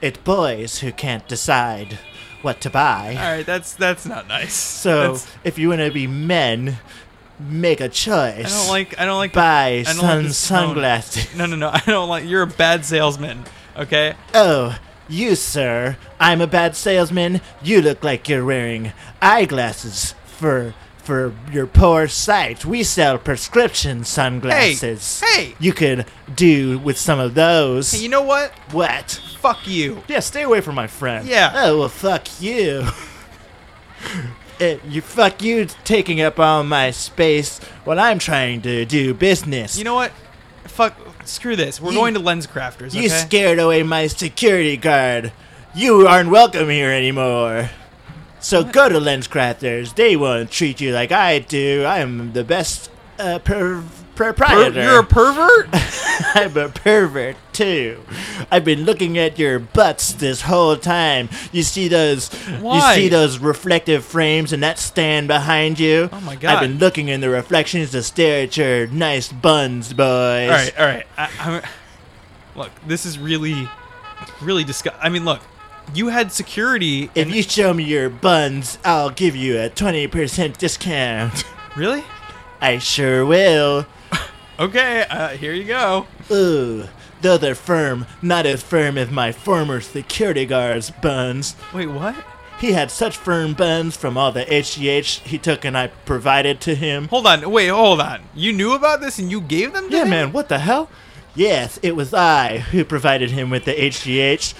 It's boys who can't decide what to buy.
All right, that's that's not nice.
So
That's-
if you want to be men, make a
I
choice.
don't like. I don't like.
buy
I don't
sun
like this tone.
sunglasses.
No, no, no. I don't like. You're a bad salesman. Okay.
Oh, you sir, I'm a bad salesman. You look like you're wearing eyeglasses for for your poor sight. We sell prescription sunglasses.
hey.
You could do with some of those.
Hey, you know what?
what?
Fuck you.
Yeah, stay away from my friend.
Yeah.
Oh well, fuck you. Eh, you fuck you taking up all my space when I'm trying to do business.
You know what? Fuck. Screw this. We're
You-
going to lens crafters. Okay?
You scared away my security guard. You aren't welcome here anymore. So go to Lenscrafters. They won't treat you like I do. I'm the best uh, per-
Per-
proprietor.
you're a pervert.
I'm a pervert too. I've been looking at your butts this whole time. You see those
Why?
you see those reflective frames and that stand behind you?
Oh my
I've
God.
been looking in the reflections to stare at your nice buns, boys.
all right, all right. I, I'm, look, this is really, really disgust. I mean, look, you had security.
If
and-
you show me your buns, I'll give you a 20% discount.
really
I sure will.
okay, uh, here you go.
Ooh, though they're firm, not as firm as my former security guard's buns.
Wait, what?
He had such firm buns from all the HGH he took and I provided to him.
Hold on. Wait, hold on. You knew about this and you gave them to
Yeah,
him?
man, what the hell?
Yes, it was I who provided him with the HGH.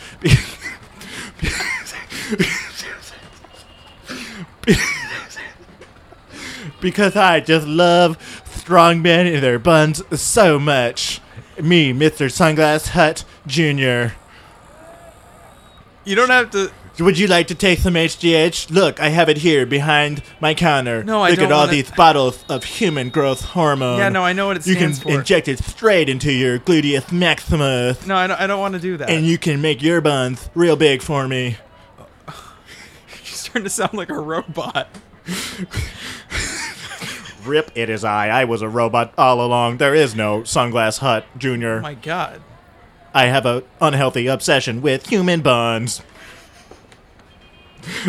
because I just love strong men in their buns so much. Me, Mr. Sunglass Hut Jr.
You don't have to.
Would you like to take some HGH? Look, I have it here behind my counter.
No,
Look
I
at
don't
all
wanna-
these bottles of human growth hormone.
Yeah, no, I know what it
Um, You can
stands for.
inject it straight into your gluteus maximus.
no, I don't, I don't want to do that.
and you can make your buns real big for me.
You're starting to sound like a robot.
Rip, it is I. I was a robot all along. There is no Sunglass Hut Jr.
Oh my God.
I have a unhealthy obsession with human buns.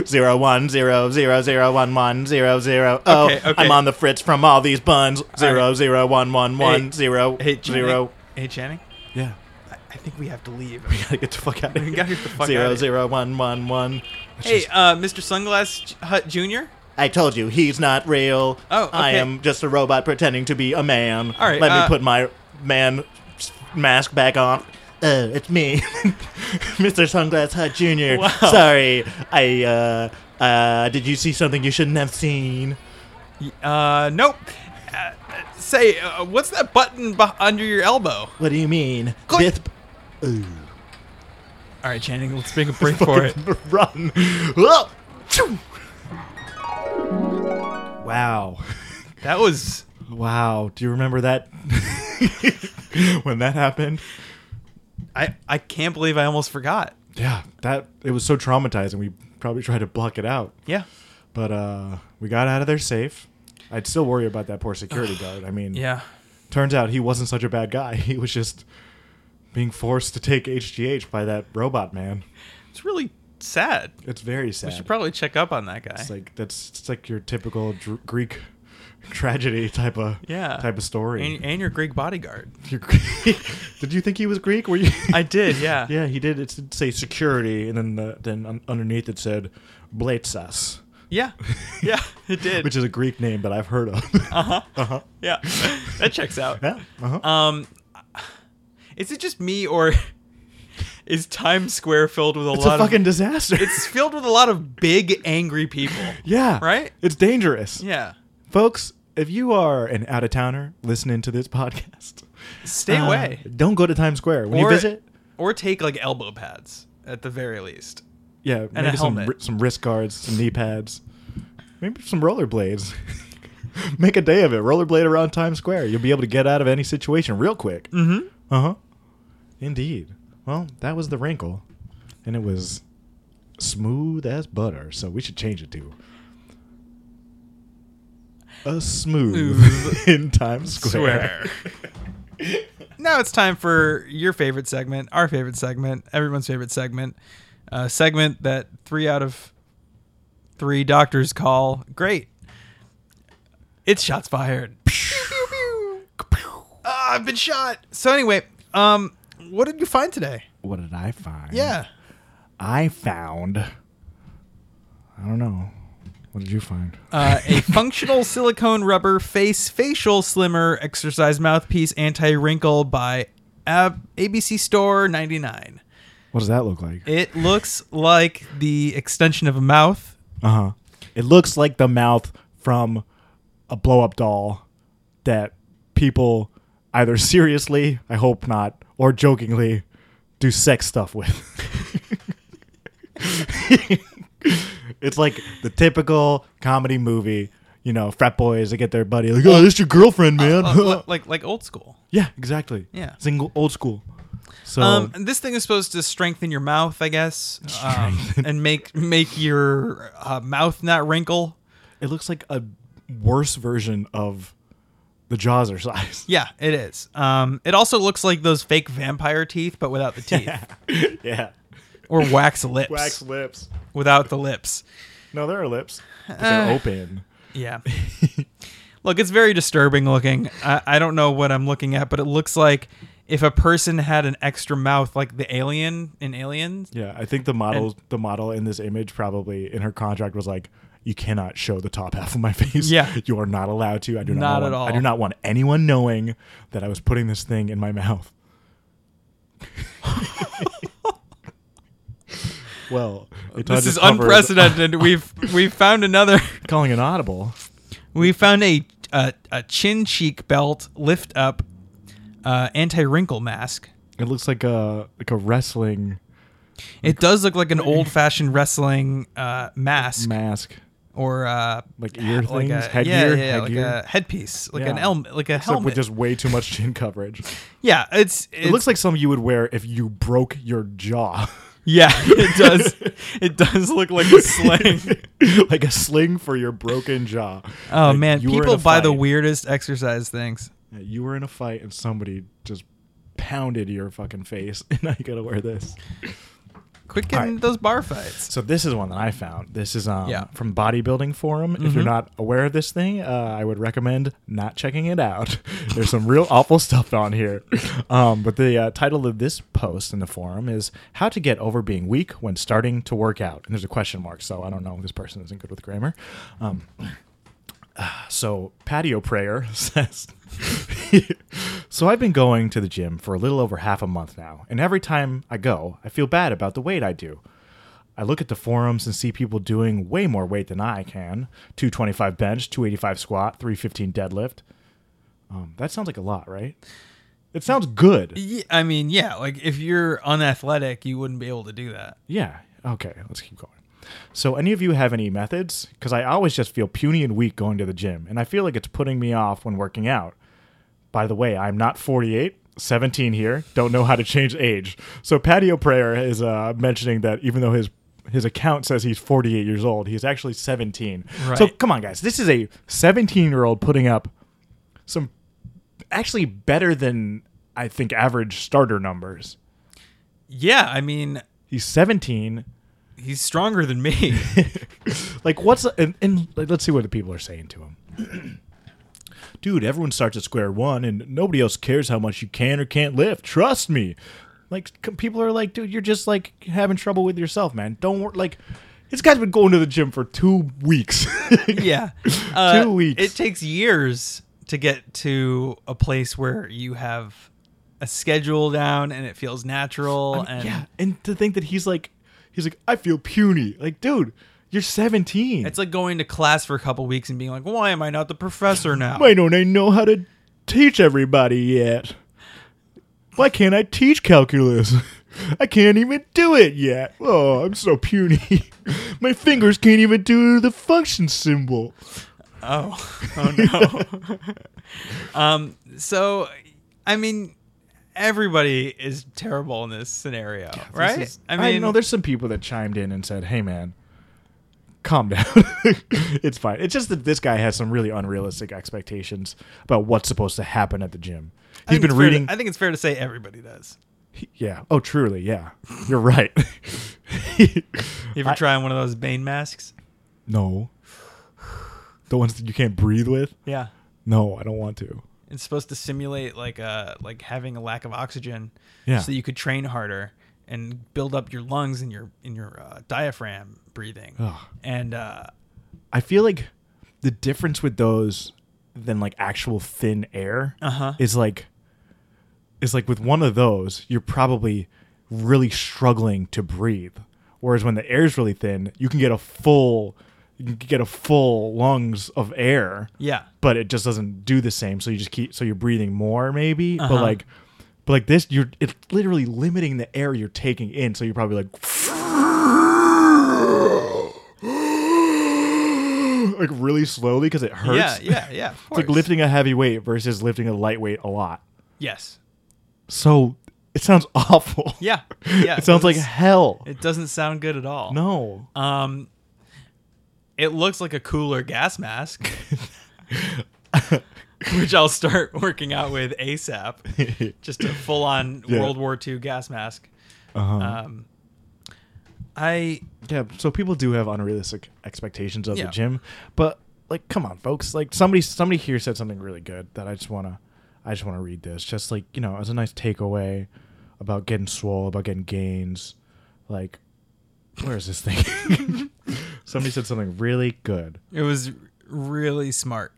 Zero one zero zero zero one one zero zero. Oh,
Okay, okay.
I'm on the fritz from all these buns. Zero zero one one
Hey,
one zero
Hey, Channing.
zero.
Hey, Channing.
Yeah,
I, I think we have to leave.
gotta get the fuck out of
We
here.
gotta get the fuck
Zero
outta here.
zero one one one.
hey, uh, Mr. Sunglass J- Hut Jr.
I told you he's not real.
Oh,
I
okay.
am just a robot pretending to be a man.
All right,
let
uh,
me put my man s- mask back on. Oh, it's me, Mr. Sunglass Hut Jr.
Wow.
Sorry, I uh, uh, did you see something you shouldn't have seen?
Y- Uh, nope. Uh, say, uh, what's that button beh under your elbow?
What do you mean?
Go-
This
All right, Channing, let's make a break for it.
Run. Whoa. Choo. Wow.
That was
Wow. Do you remember that? when that happened?
I. I can't believe I almost forgot.
Yeah, that it was so traumatizing. We probably tried to block it out.
Yeah.
But uh we got out of there safe. I'd still worry about that poor security guard. I mean,
Yeah.
turns out he wasn't such a bad guy. He was just being forced to take HGH by that robot man.
It's really sad.
It's very sad.
We should probably check up on that guy.
It's like that's it's like your typical dr- Greek tragedy type of
yeah.
type of story.
And, and your Greek bodyguard.
Your- did you think he was Greek? Were you?
I did. Yeah.
yeah, he did. It did say security, and then the, then un- underneath it said Bletsas,
Yeah. Yeah. It did. Uh-huh.
which is a Greek name that I've heard of. Uh-huh.
yeah. That checks out.
yeah, uh-huh.
Um, is it just me or is Times Square filled with a
it's a
lot
fucking
of?
disaster.
It's filled with a lot of big angry people.
yeah,
right?
It's dangerous,
Yeah.
folks. If you are an out of towner listening to this podcast,
Stay
uh,
away.
Don't go to Times Square when
Or-
you visit.
Or take like elbow pads at the very least.
Yeah,
a
maybe some
helmet.
ri- some wrist guards, some knee pads, maybe some rollerblades. Make a day of it. Rollerblade around Times Square. You'll be able to get out of any situation real quick. Mm-hmm. Uh huh. Indeed. Well, that was the wrinkle, and it was smooth as butter. So we should change it to a smooth in Times Square.
Swear. now it's time for your favorite segment, our favorite segment, everyone's favorite segment, a segment that three out of three doctors call great. It's shots fired. Ah, I've been shot. So anyway, um, what did you find today?
What did I find?
Yeah,
I found. I don't know. What did you find?
uh, a functional silicone rubber face facial slimmer exercise mouthpiece anti wrinkle by Ab- ABC Store ninety nine.
What does that look like?
It looks like the extension of a mouth.
Uh huh. It looks like the mouth from a blow up doll that people either seriously, I hope not, or jokingly do sex stuff with. it's like the typical comedy movie, you know, frat boys that get their buddy, like, oh, this your girlfriend, man.
Uh, like like old school.
yeah, exactly.
Yeah.
Single, old school. So,
Um, and this thing is supposed to strengthen your mouth, I guess, um, and make make your uh, mouth not wrinkle.
it looks like a worse version of the Jaws or size.
Yeah, it is. Um, it also looks like those fake vampire teeth, but without the teeth,
yeah.
or wax lips,
Wax lips.
without the lips.
No, there are lips.
Uh,
But they're open.
Yeah. Look, it's very disturbing looking. I, I don't know what I'm looking at, but it looks like if a person had an extra mouth, like the alien in Aliens.
Yeah, I think the model the model in this image probably in her contract was like, "You cannot show the top half of my face.
Yeah.
you are not allowed to. I do not,
Not
want,
at all.
I do not want anyone knowing that I was putting this thing in my mouth." well, it's
This is unprecedented. we've we've found another.
Calling an audible.
We found a a, a chin cheek belt lift up, uh, anti wrinkle mask.
It looks like a like a wrestling
It does look like an old fashioned wrestling uh, mask
mask,
or uh,
like ear
like
things,
a
headgear,
yeah, yeah, yeah,
headgear.
like a headpiece, like an
Yeah.
elm, like a
Except
helmet.
with just way too much chin coverage.
yeah, it's, it's
It looks like something you would wear if you broke your jaw.
Yeah, it does. it does look like a sling.
like a sling for your broken jaw.
Oh
Like,
man,
you were in
people
a
buy the
fight.
weirdest exercise things.
Yeah, You were in a fight and somebody just pounded your fucking face, and now you gotta wear this.
Quit getting
right.
those bar fights.
So this is one that I found. This is um,
Yeah.
from Bodybuilding Forum. If you're not aware of this thing, uh, I would recommend not checking it out. There's some real awful stuff on here. Um, but the uh, title of this post in the forum is "How to Get Over Being Weak When Starting to Work Out," and there's a question mark. So I don't know. This person isn't good with grammar. Um, so patio prayer says so i've been going to the gym for a little over half a month now and every time i go i feel bad about the weight i do i look at the forums and see people doing way more weight than i can 225 bench 285 squat 315 deadlift um, that sounds like a lot right it sounds good
Ye- I mean, yeah, like if you're unathletic, you wouldn't be able to do that.
Yeah. Okay. Let's keep going. So, any of you have any methods? Because I always just feel puny and weak going to the gym, and I feel like it's putting me off when working out. By the way, I'm not 48, 17 here, don't know how to change age. So, Patio Prayer is uh, mentioning that even though his his account says he's 48 years old, he's actually 17. So,
Right.
come on, guys. This is a 17 year old putting up some actually better than I think average starter numbers.
Yeah, I mean,
He's 17
he's stronger than me.
like what's and, and like, let's see what the people are saying to him dude everyone starts at square one and nobody else cares how much you can or can't lift trust me like c- people are like dude you're just like having trouble with yourself man don't worry like this guy's been going to the gym for two weeks
yeah, uh,
Two weeks.
It takes years to get to a place where you have a schedule down and it feels natural. and
yeah and to think that he's like he's like i feel puny like dude you're 17
it's like going to class for a couple weeks and being like, "Why am I not the professor now?"
Why don't I know how to teach everybody yet? Why can't I teach calculus? I can't even do it yet. Oh, I'm so puny. My fingers can't even do the function symbol.
Oh, oh no. um, so, I mean, everybody is terrible in this scenario, right?
This is-
I mean,
I know there's some people that chimed in and said, "Hey, man, calm down. it's fine. It's just that this guy has some really unrealistic expectations about what's supposed to happen at the gym."
I think
He's been
it's fair to-
reading.
I think it's fair to say everybody does.
yeah. Oh, truly. Yeah. You're right.
You ever
I-
try one of those Bane masks?
no. The ones that you can't breathe with?
Yeah.
No, I don't want to.
It's supposed to simulate like uh like having a lack of oxygen,
Yeah.
so you could train harder and build up your lungs and your in your uh, diaphragm breathing.
Ugh.
And uh,
I feel like the difference with those than like actual thin air
Uh-huh.
is like is like with one of those you're probably really struggling to breathe, whereas when the air's really thin you can get a full you can get a full lungs of air.
yeah,
but it just doesn't do the same. So you just keep so you're breathing more maybe,
Uh-huh.
but like but like this you're it's literally limiting the air you're taking in. So you're probably like like really slowly because it hurts.
yeah, yeah, yeah. Of
It's like
course.
lifting a heavy weight versus lifting a light weight a lot.
Yes.
So it sounds awful.
Yeah. Yeah.
it sounds like
doesn't-
hell.
it doesn't sound good at all.
no.
Um, it looks like a cooler gas mask, which I'll start working out with ASAP. Just a full on
Yeah.
World War II gas mask.
Uh-huh.
Um, I
Yeah, so people do have unrealistic expectations of
Yeah.
the gym, but like, come on, folks! Like somebody, somebody here said something really good that I just wanna, I just wanna read this. Just like you know, as a nice takeaway about getting swole, about getting gains. Like, where is this thing? somebody said something really good.
it was really smart.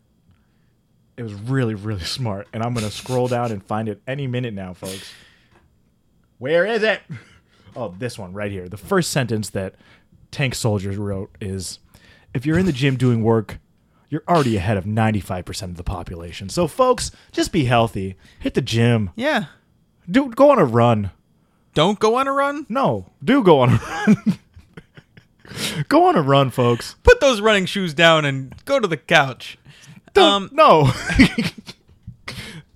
It was really, really smart, and I'm gonna scroll down and find it any minute now, folks. Where is it? Oh, this one right here. The first sentence that Tank Soldiers wrote is If you're in the gym doing work, you're already ahead of 95% of the population. So, folks, just be healthy. Hit the gym.
Yeah.
Do, go on a run.
Don't go on a run.
No, do go on a run. go on a run, folks.
Put those running shoes down and go to the couch.
Don't,
Um,
no.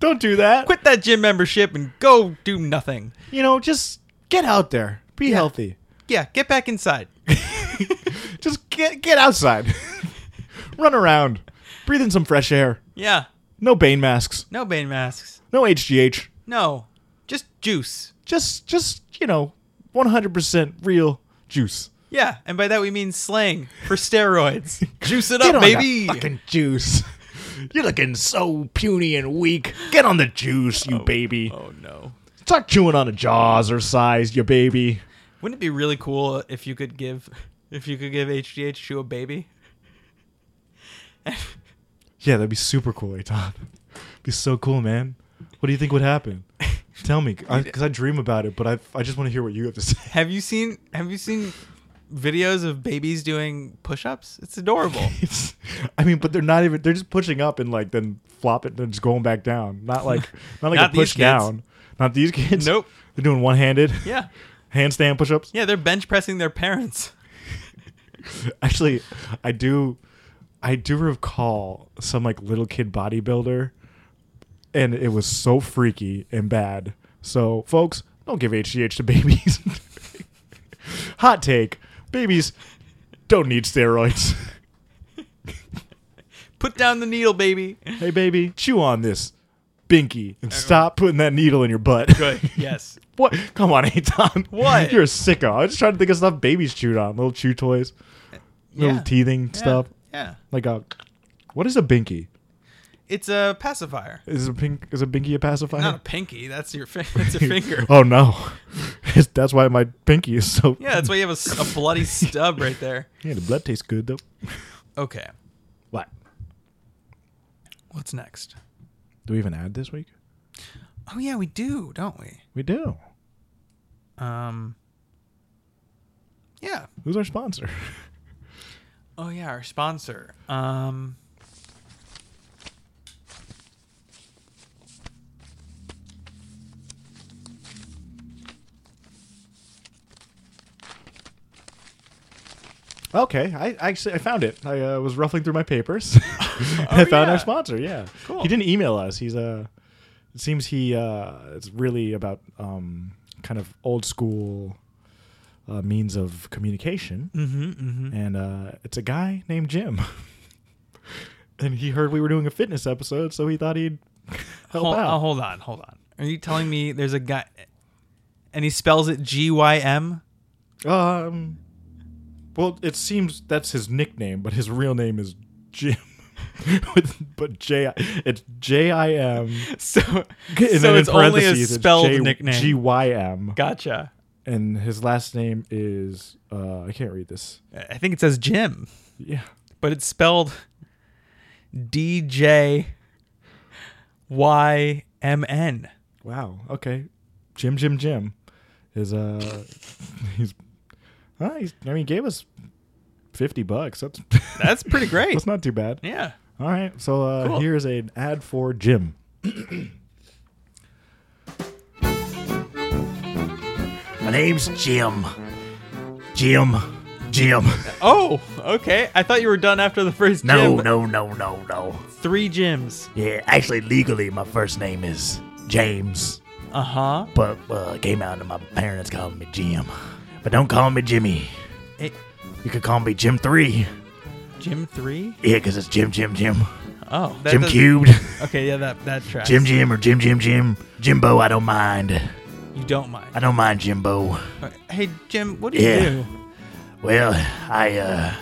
Don't do that.
Quit that gym membership and go do nothing.
You know, just get out there. Be healthy.
Yeah, get back inside.
Just get get outside. Run around. Breathe in some fresh air.
Yeah.
No Bane masks.
No Bane masks.
No HGH.
No. Just juice.
Just just, you know, 100% real juice.
Yeah, and by that we mean slang for steroids. Juice it
Get
up,
on that
baby.
fucking juice. You're looking so puny and weak. Get on the juice, you baby.
Oh no.
Start chewing on a jaws or size, you baby.
Wouldn't it be really cool if you could give if you could give HGH to a baby?
Yeah, that'd be super cool, Aton. Be so cool, man. What do you think would happen? Tell me, because I, dream about it, but I, I just want to hear what you have to say.
Have you seen have you seen videos of babies doing push-ups? It's adorable.
It's, I mean, but they're not even. They're just pushing up and like then flop it and just going back down. Not like not like
Not
a
these
push
kids.
down. Not these kids.
Nope.
They're doing one handed.
yeah.
Handstand push ups.
Yeah, they're bench pressing their parents.
Actually, I do. I do recall some like little kid bodybuilder, and it was so freaky and bad. So folks, don't give HGH to babies. Hot take: Babies don't need steroids.
Put down the needle, baby.
hey baby, chew on this binky and stop putting that needle in your butt.
Yes.
What? Come on, Aton.
What?
You're a sicko. I was just trying to think of stuff babies chewed on, little chew toys, little
Yeah.
teething
Yeah.
stuff.
Yeah.
Like a what is a binky?
It's a pacifier.
Is a pink is a binky a pacifier?
Not a pinky. That's your fi- that's your finger.
oh no, It's- that's why my pinky is so.
Yeah, that's why you have a s a a bloody stub right there.
Yeah, the blood tastes good though.
Okay.
What?
What's next?
Do we even add this week?
Oh yeah, we do, don't we?
We do.
Um. Yeah.
Who's our sponsor?
Oh yeah, our sponsor. Um.
Okay, I I actually I found it. I uh, was ruffling through my papers. I found
yeah.
our sponsor. Oh, Yeah, cool. He didn't email us. He's uh, it seems he uh, it's really about um, kind of old school uh, means of communication, mm-hmm, and uh, it's a guy named Jim, and he heard we were doing a fitness episode, so he thought he'd help
Hold,
out.
oh, hold on, hold on. Are you telling me there's a guy, and he spells it G Y M?
Um, well, it seems that's his nickname, but his real name is Jim. With, but J, it's J I M.
So, so
then
it's only
in
a
parentheses, it's
spelled
J-
nickname.
G Y M,
gotcha.
and his last name is uh, I can't read this.
I think it says Jim,
Yeah,
but it's spelled D J Y M N.
wow. Okay, Jim, Jim, Jim. Is uh, he's, uh, he's I mean, he gave us fifty bucks. That's
That's pretty great.
that's not too bad.
yeah.
All right, so uh,
Cool.
here's an ad for Jim.
My name's Jim. Jim. Jim.
Oh, okay. I thought you were done after the first
No,
gym.
no, no, no, no.
Three gyms.
Yeah, actually, legally, my first name is James,
Uh huh.
but uh, it came out and my parents called me Jim. But don't call me Jimmy. You could call me Jim Three.
Gym three.
Yeah, 'cause it's Jim, Jim, Jim,
Oh, that
Jim
does-
Cubed,
Okay, yeah, that that tracks.
Jim, Jim, or Jim, Jim, Jim, Jimbo. I don't mind.
You don't mind.
I don't mind Jimbo.
Hey, Jim, what do you
Yeah.
do?
Well, I uh,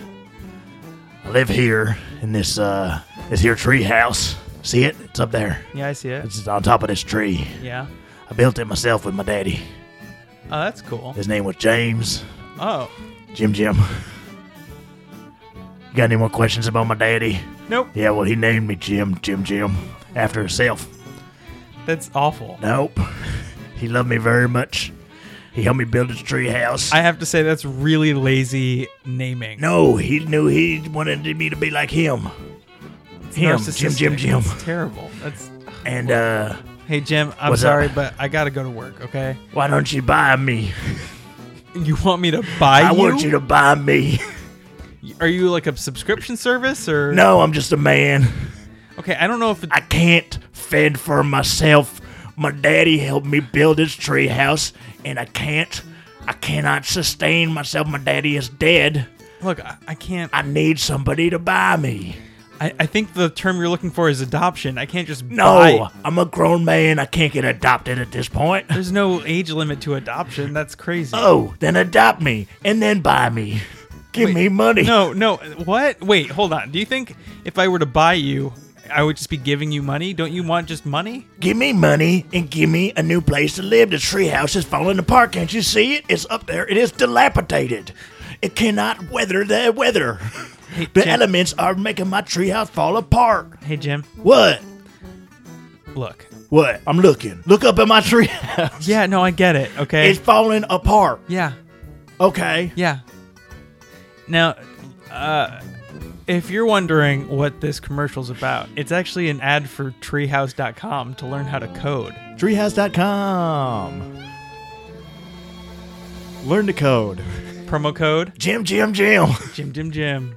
I live here in this uh, this here tree house. See it? It's up there.
Yeah, I see it.
It's on top of this tree.
Yeah.
I built it myself with my daddy.
Oh, that's cool.
His name was James.
Oh,
Jim Jim. You got any more questions about my daddy?
nope.
Yeah, well, he named me Jim, Jim Jim, after himself.
That's awful.
Nope. He loved me very much. He helped me build his tree house.
I have to say that's really lazy naming.
no, he knew he wanted me to be like him.
It's
Him, Jim
narcissistic.
Jim Jim.
That's terrible. That's.
And, uh,
Hey, Jim, I'm
What's up?
sorry, but I gotta go to work. Okay.
why don't you buy me?
You want me to buy
I
you?
want you to buy me.
Are you like a subscription service or?
No, I'm just a man.
Okay, I don't know if it,
I can't fend for myself. My daddy helped me build this tree house, and I can't, I cannot sustain myself. My daddy is dead.
look. I, I can't.
I need somebody to buy me.
I, I think the term you're looking for is adoption. I can't just
No,
buy-
I'm a grown man. I can't get adopted at this point.
There's no age limit to adoption. That's crazy.
Oh, then adopt me and then buy me. Give me money.
No, no. What? Wait, hold on. Do you think if I were to buy you, I would just be giving you money? Don't you want just money?
Give me money and give me a new place to live. The treehouse is falling apart. Can't you see it? It's up there. It is dilapidated. It cannot weather the weather. the
Jim.
elements are making my treehouse fall apart.
Hey, Jim.
What?
Look.
What? I'm looking. Look up at my treehouse.
Yeah, no, I get it. Okay.
It's falling apart.
yeah.
Okay.
Yeah. Now, uh, if you're wondering what this commercial's about, it's actually an ad for treehouse.com to learn how to code.
Treehouse.com. Learn to code.
Promo code
Jim, Jim, Jim.
Jim Jim Jim.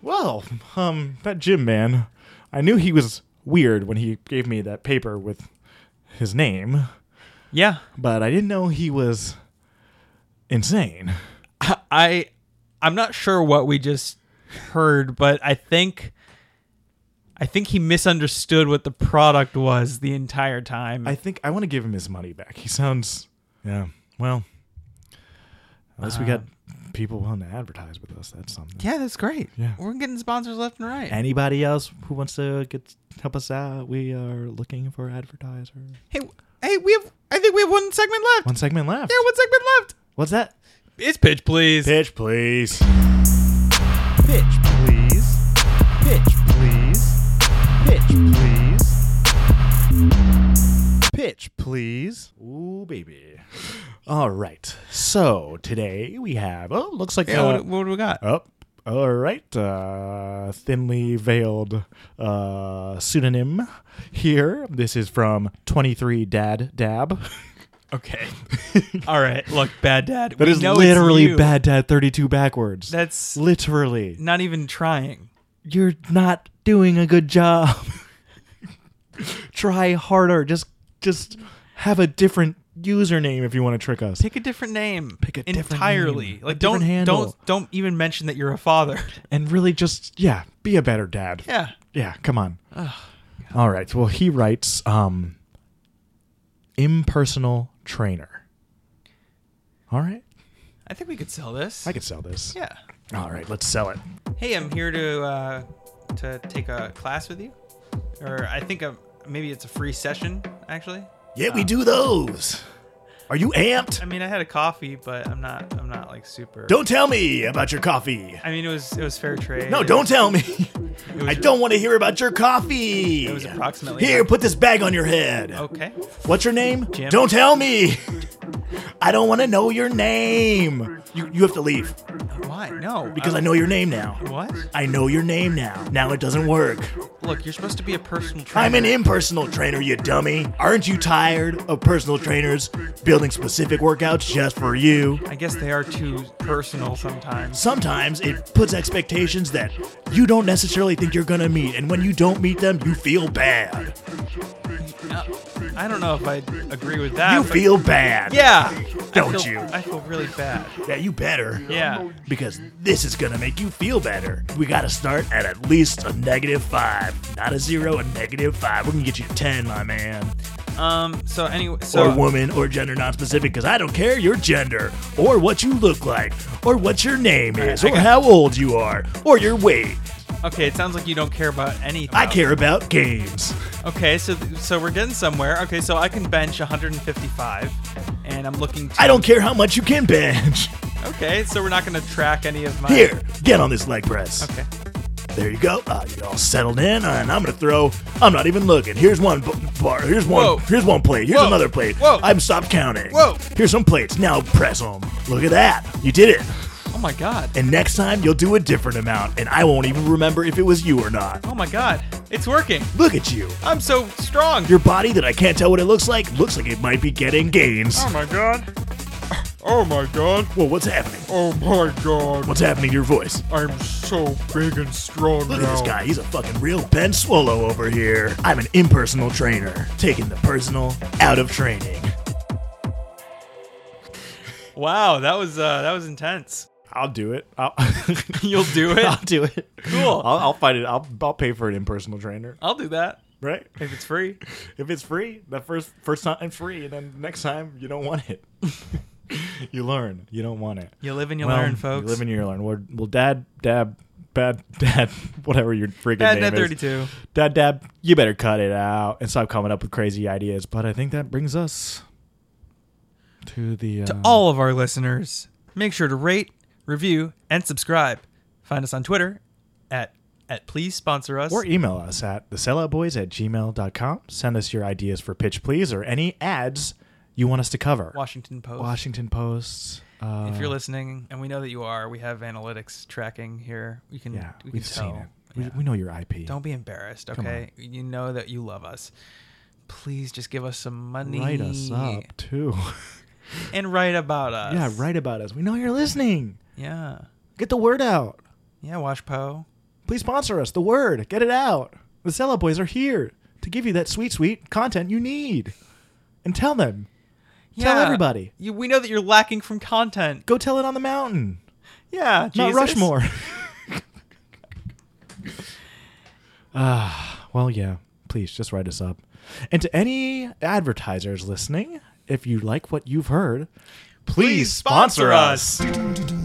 Well, um, that Jim man, I knew he was weird when he gave me that paper with his name,
Yeah.
but I didn't know he was insane.
I I'm not sure what we just heard, but I think I think he misunderstood what the product was the entire time.
I think I want to give him his money back. He sounds, yeah. Well, at least we
Uh,
got people willing to advertise with us. That's something.
yeah, that's great.
Yeah.
We're getting sponsors left and right.
Anybody else who wants to get help us out? We are looking for advertisers.
hey, hey, we have I think we have one segment left.
One segment left.
yeah, one segment left.
What's that?
It's pitch, please.
Pitch, please. Pitch, please. Pitch, please. Pitch, please. Pitch, please. Ooh, baby. All right. So today we have. Oh, looks like.
Yeah,
uh,
what, what do we got?
oh, all right. Uh, thinly veiled uh, pseudonym here. This is from 23 Dad Dab.
Okay. All right. Look, bad dad.
That
we
is
know it's
literally
you.
Bad Dad 32 backwards.
That's
literally.
not even trying.
you're not doing a good job. Try harder. Just just have a different username if you want to trick us.
Pick a different name.
Pick a different
entirely.
name. A
Like
different
don't
handle.
don't don't even mention that you're a father.
and really just yeah be a better dad
Yeah.
yeah come on all right well he writes um impersonal trainer all right
I think we could sell this.
i could sell this
yeah.
all right let's sell it
Hey, I'm here to uh, to take a class with you, or I think i maybe it's a free session actually.
Yeah, we do those.
are you amped
I mean, I had a coffee, but I'm not I'm not like super.
Don't tell me about your coffee.
I mean, it was it was fair trade.
No, don't tell me. I don't want to hear about your coffee.
It was approximately
Here, put this bag on your head.
Okay.
What's your name?
Jim.
Don't tell me. I don't want to know your name. You, you have to leave
Why? No.
because I know your name now.
What?
I know your name now. Now it doesn't work.
Look, you're supposed to be a personal trainer.
I'm an impersonal trainer, you dummy. Aren't you tired of personal trainers building specific workouts just for you?
I guess they are too personal sometimes.
Sometimes it puts expectations that you don't necessarily think you're gonna meet, and when you don't meet them, you feel bad.
Uh, I don't know if I agree with that.
You
but-
feel bad.
Yeah. I
Don't
feel-
you?
I feel really bad.
Yeah, you better.
Yeah.
Because this is gonna make you feel better. We gotta start at at least a negative five, not a zero, a negative five. We can get you to ten, my man,
Um. So anyway. So
or woman, or gender non-specific. Because I don't care your gender, or what you look like, or what your name is,
I
or how old you are, or your weight.
okay, it sounds like you don't care about anything.
I care about games.
Okay. So so we're getting somewhere. Okay. So I can bench 155, and I'm looking. To,
I don't care how much you can bench.
Okay. So we're not gonna track any of my.
Here, get on this leg press.
Okay.
There you go. Uh, you're all settled in, and I'm gonna throw. I'm not even looking. Here's one b- bar. Here's one.
Whoa.
Here's one plate. Here's
Whoa.
another plate.
Whoa.
I'm stopped counting.
Whoa.
Here's some plates. Now press them. Look at that. You did it.
Oh my god.
And next time you'll do a different amount, and I won't even remember if it was you or not.
Oh my god. It's working.
Look at you.
I'm so strong.
Your body that I can't tell what it looks like looks like it might be getting gains.
oh my god. Oh my god.
Well, what's happening?
Oh my god.
What's happening to your voice?
I'm so big and strong
Look at this guy. He's a fucking real Ben Swallow over here. I'm an impersonal trainer, taking the personal out of training.
Wow, that was uh, that was intense.
i'll do it i'll,
You'll do it.
I'll do it
Cool.
I'll, I'll find it I'll, I'll pay for an impersonal trainer
I'll do that
right
if it's free.
if it's free the first first time free and then next time you don't want it you learn you don't want it
You live and you
Well,
learn, folks.
You live and you learn. Well, well, dad, dab, bad, dad, whatever your friggin'
Dad,
name
dad,
is.
32.
Dad, dab, you better cut it out and stop coming up with crazy ideas. But I think that brings us to the uh,
to all of our listeners, make sure to rate, review, and subscribe. Find us on Twitter at at please sponsor us.
or e- email us at theselloutboys at gmail.com. Send us your ideas for pitch, please, or any ads you want us to cover.
Washington Post.
Washington Post. Uh,
if you're listening, and we know that you are, we have analytics tracking here. We can
yeah,
we
we've
can
seen
tell.
it. We,
Yeah.
we know your IP.
Don't be embarrassed, okay? You know that you love us. Please just give us some money.
write us up too.
and write about us.
yeah, write about us. We know you're listening.
Yeah,
Get the word out.
yeah. Wash Poe.
Please sponsor us. The word. Get it out. The Sellout Boys are here to give you that sweet, sweet content you need. And tell them. Tell
Yeah.
everybody.
You, we know that you're lacking from content.
Go tell it on the mountain.
Yeah,
Mount
Jesus.
Rushmore. Ah, well, yeah. Please just write us up. And to any advertisers listening, if you like what you've heard, please,
Please sponsor us.
us.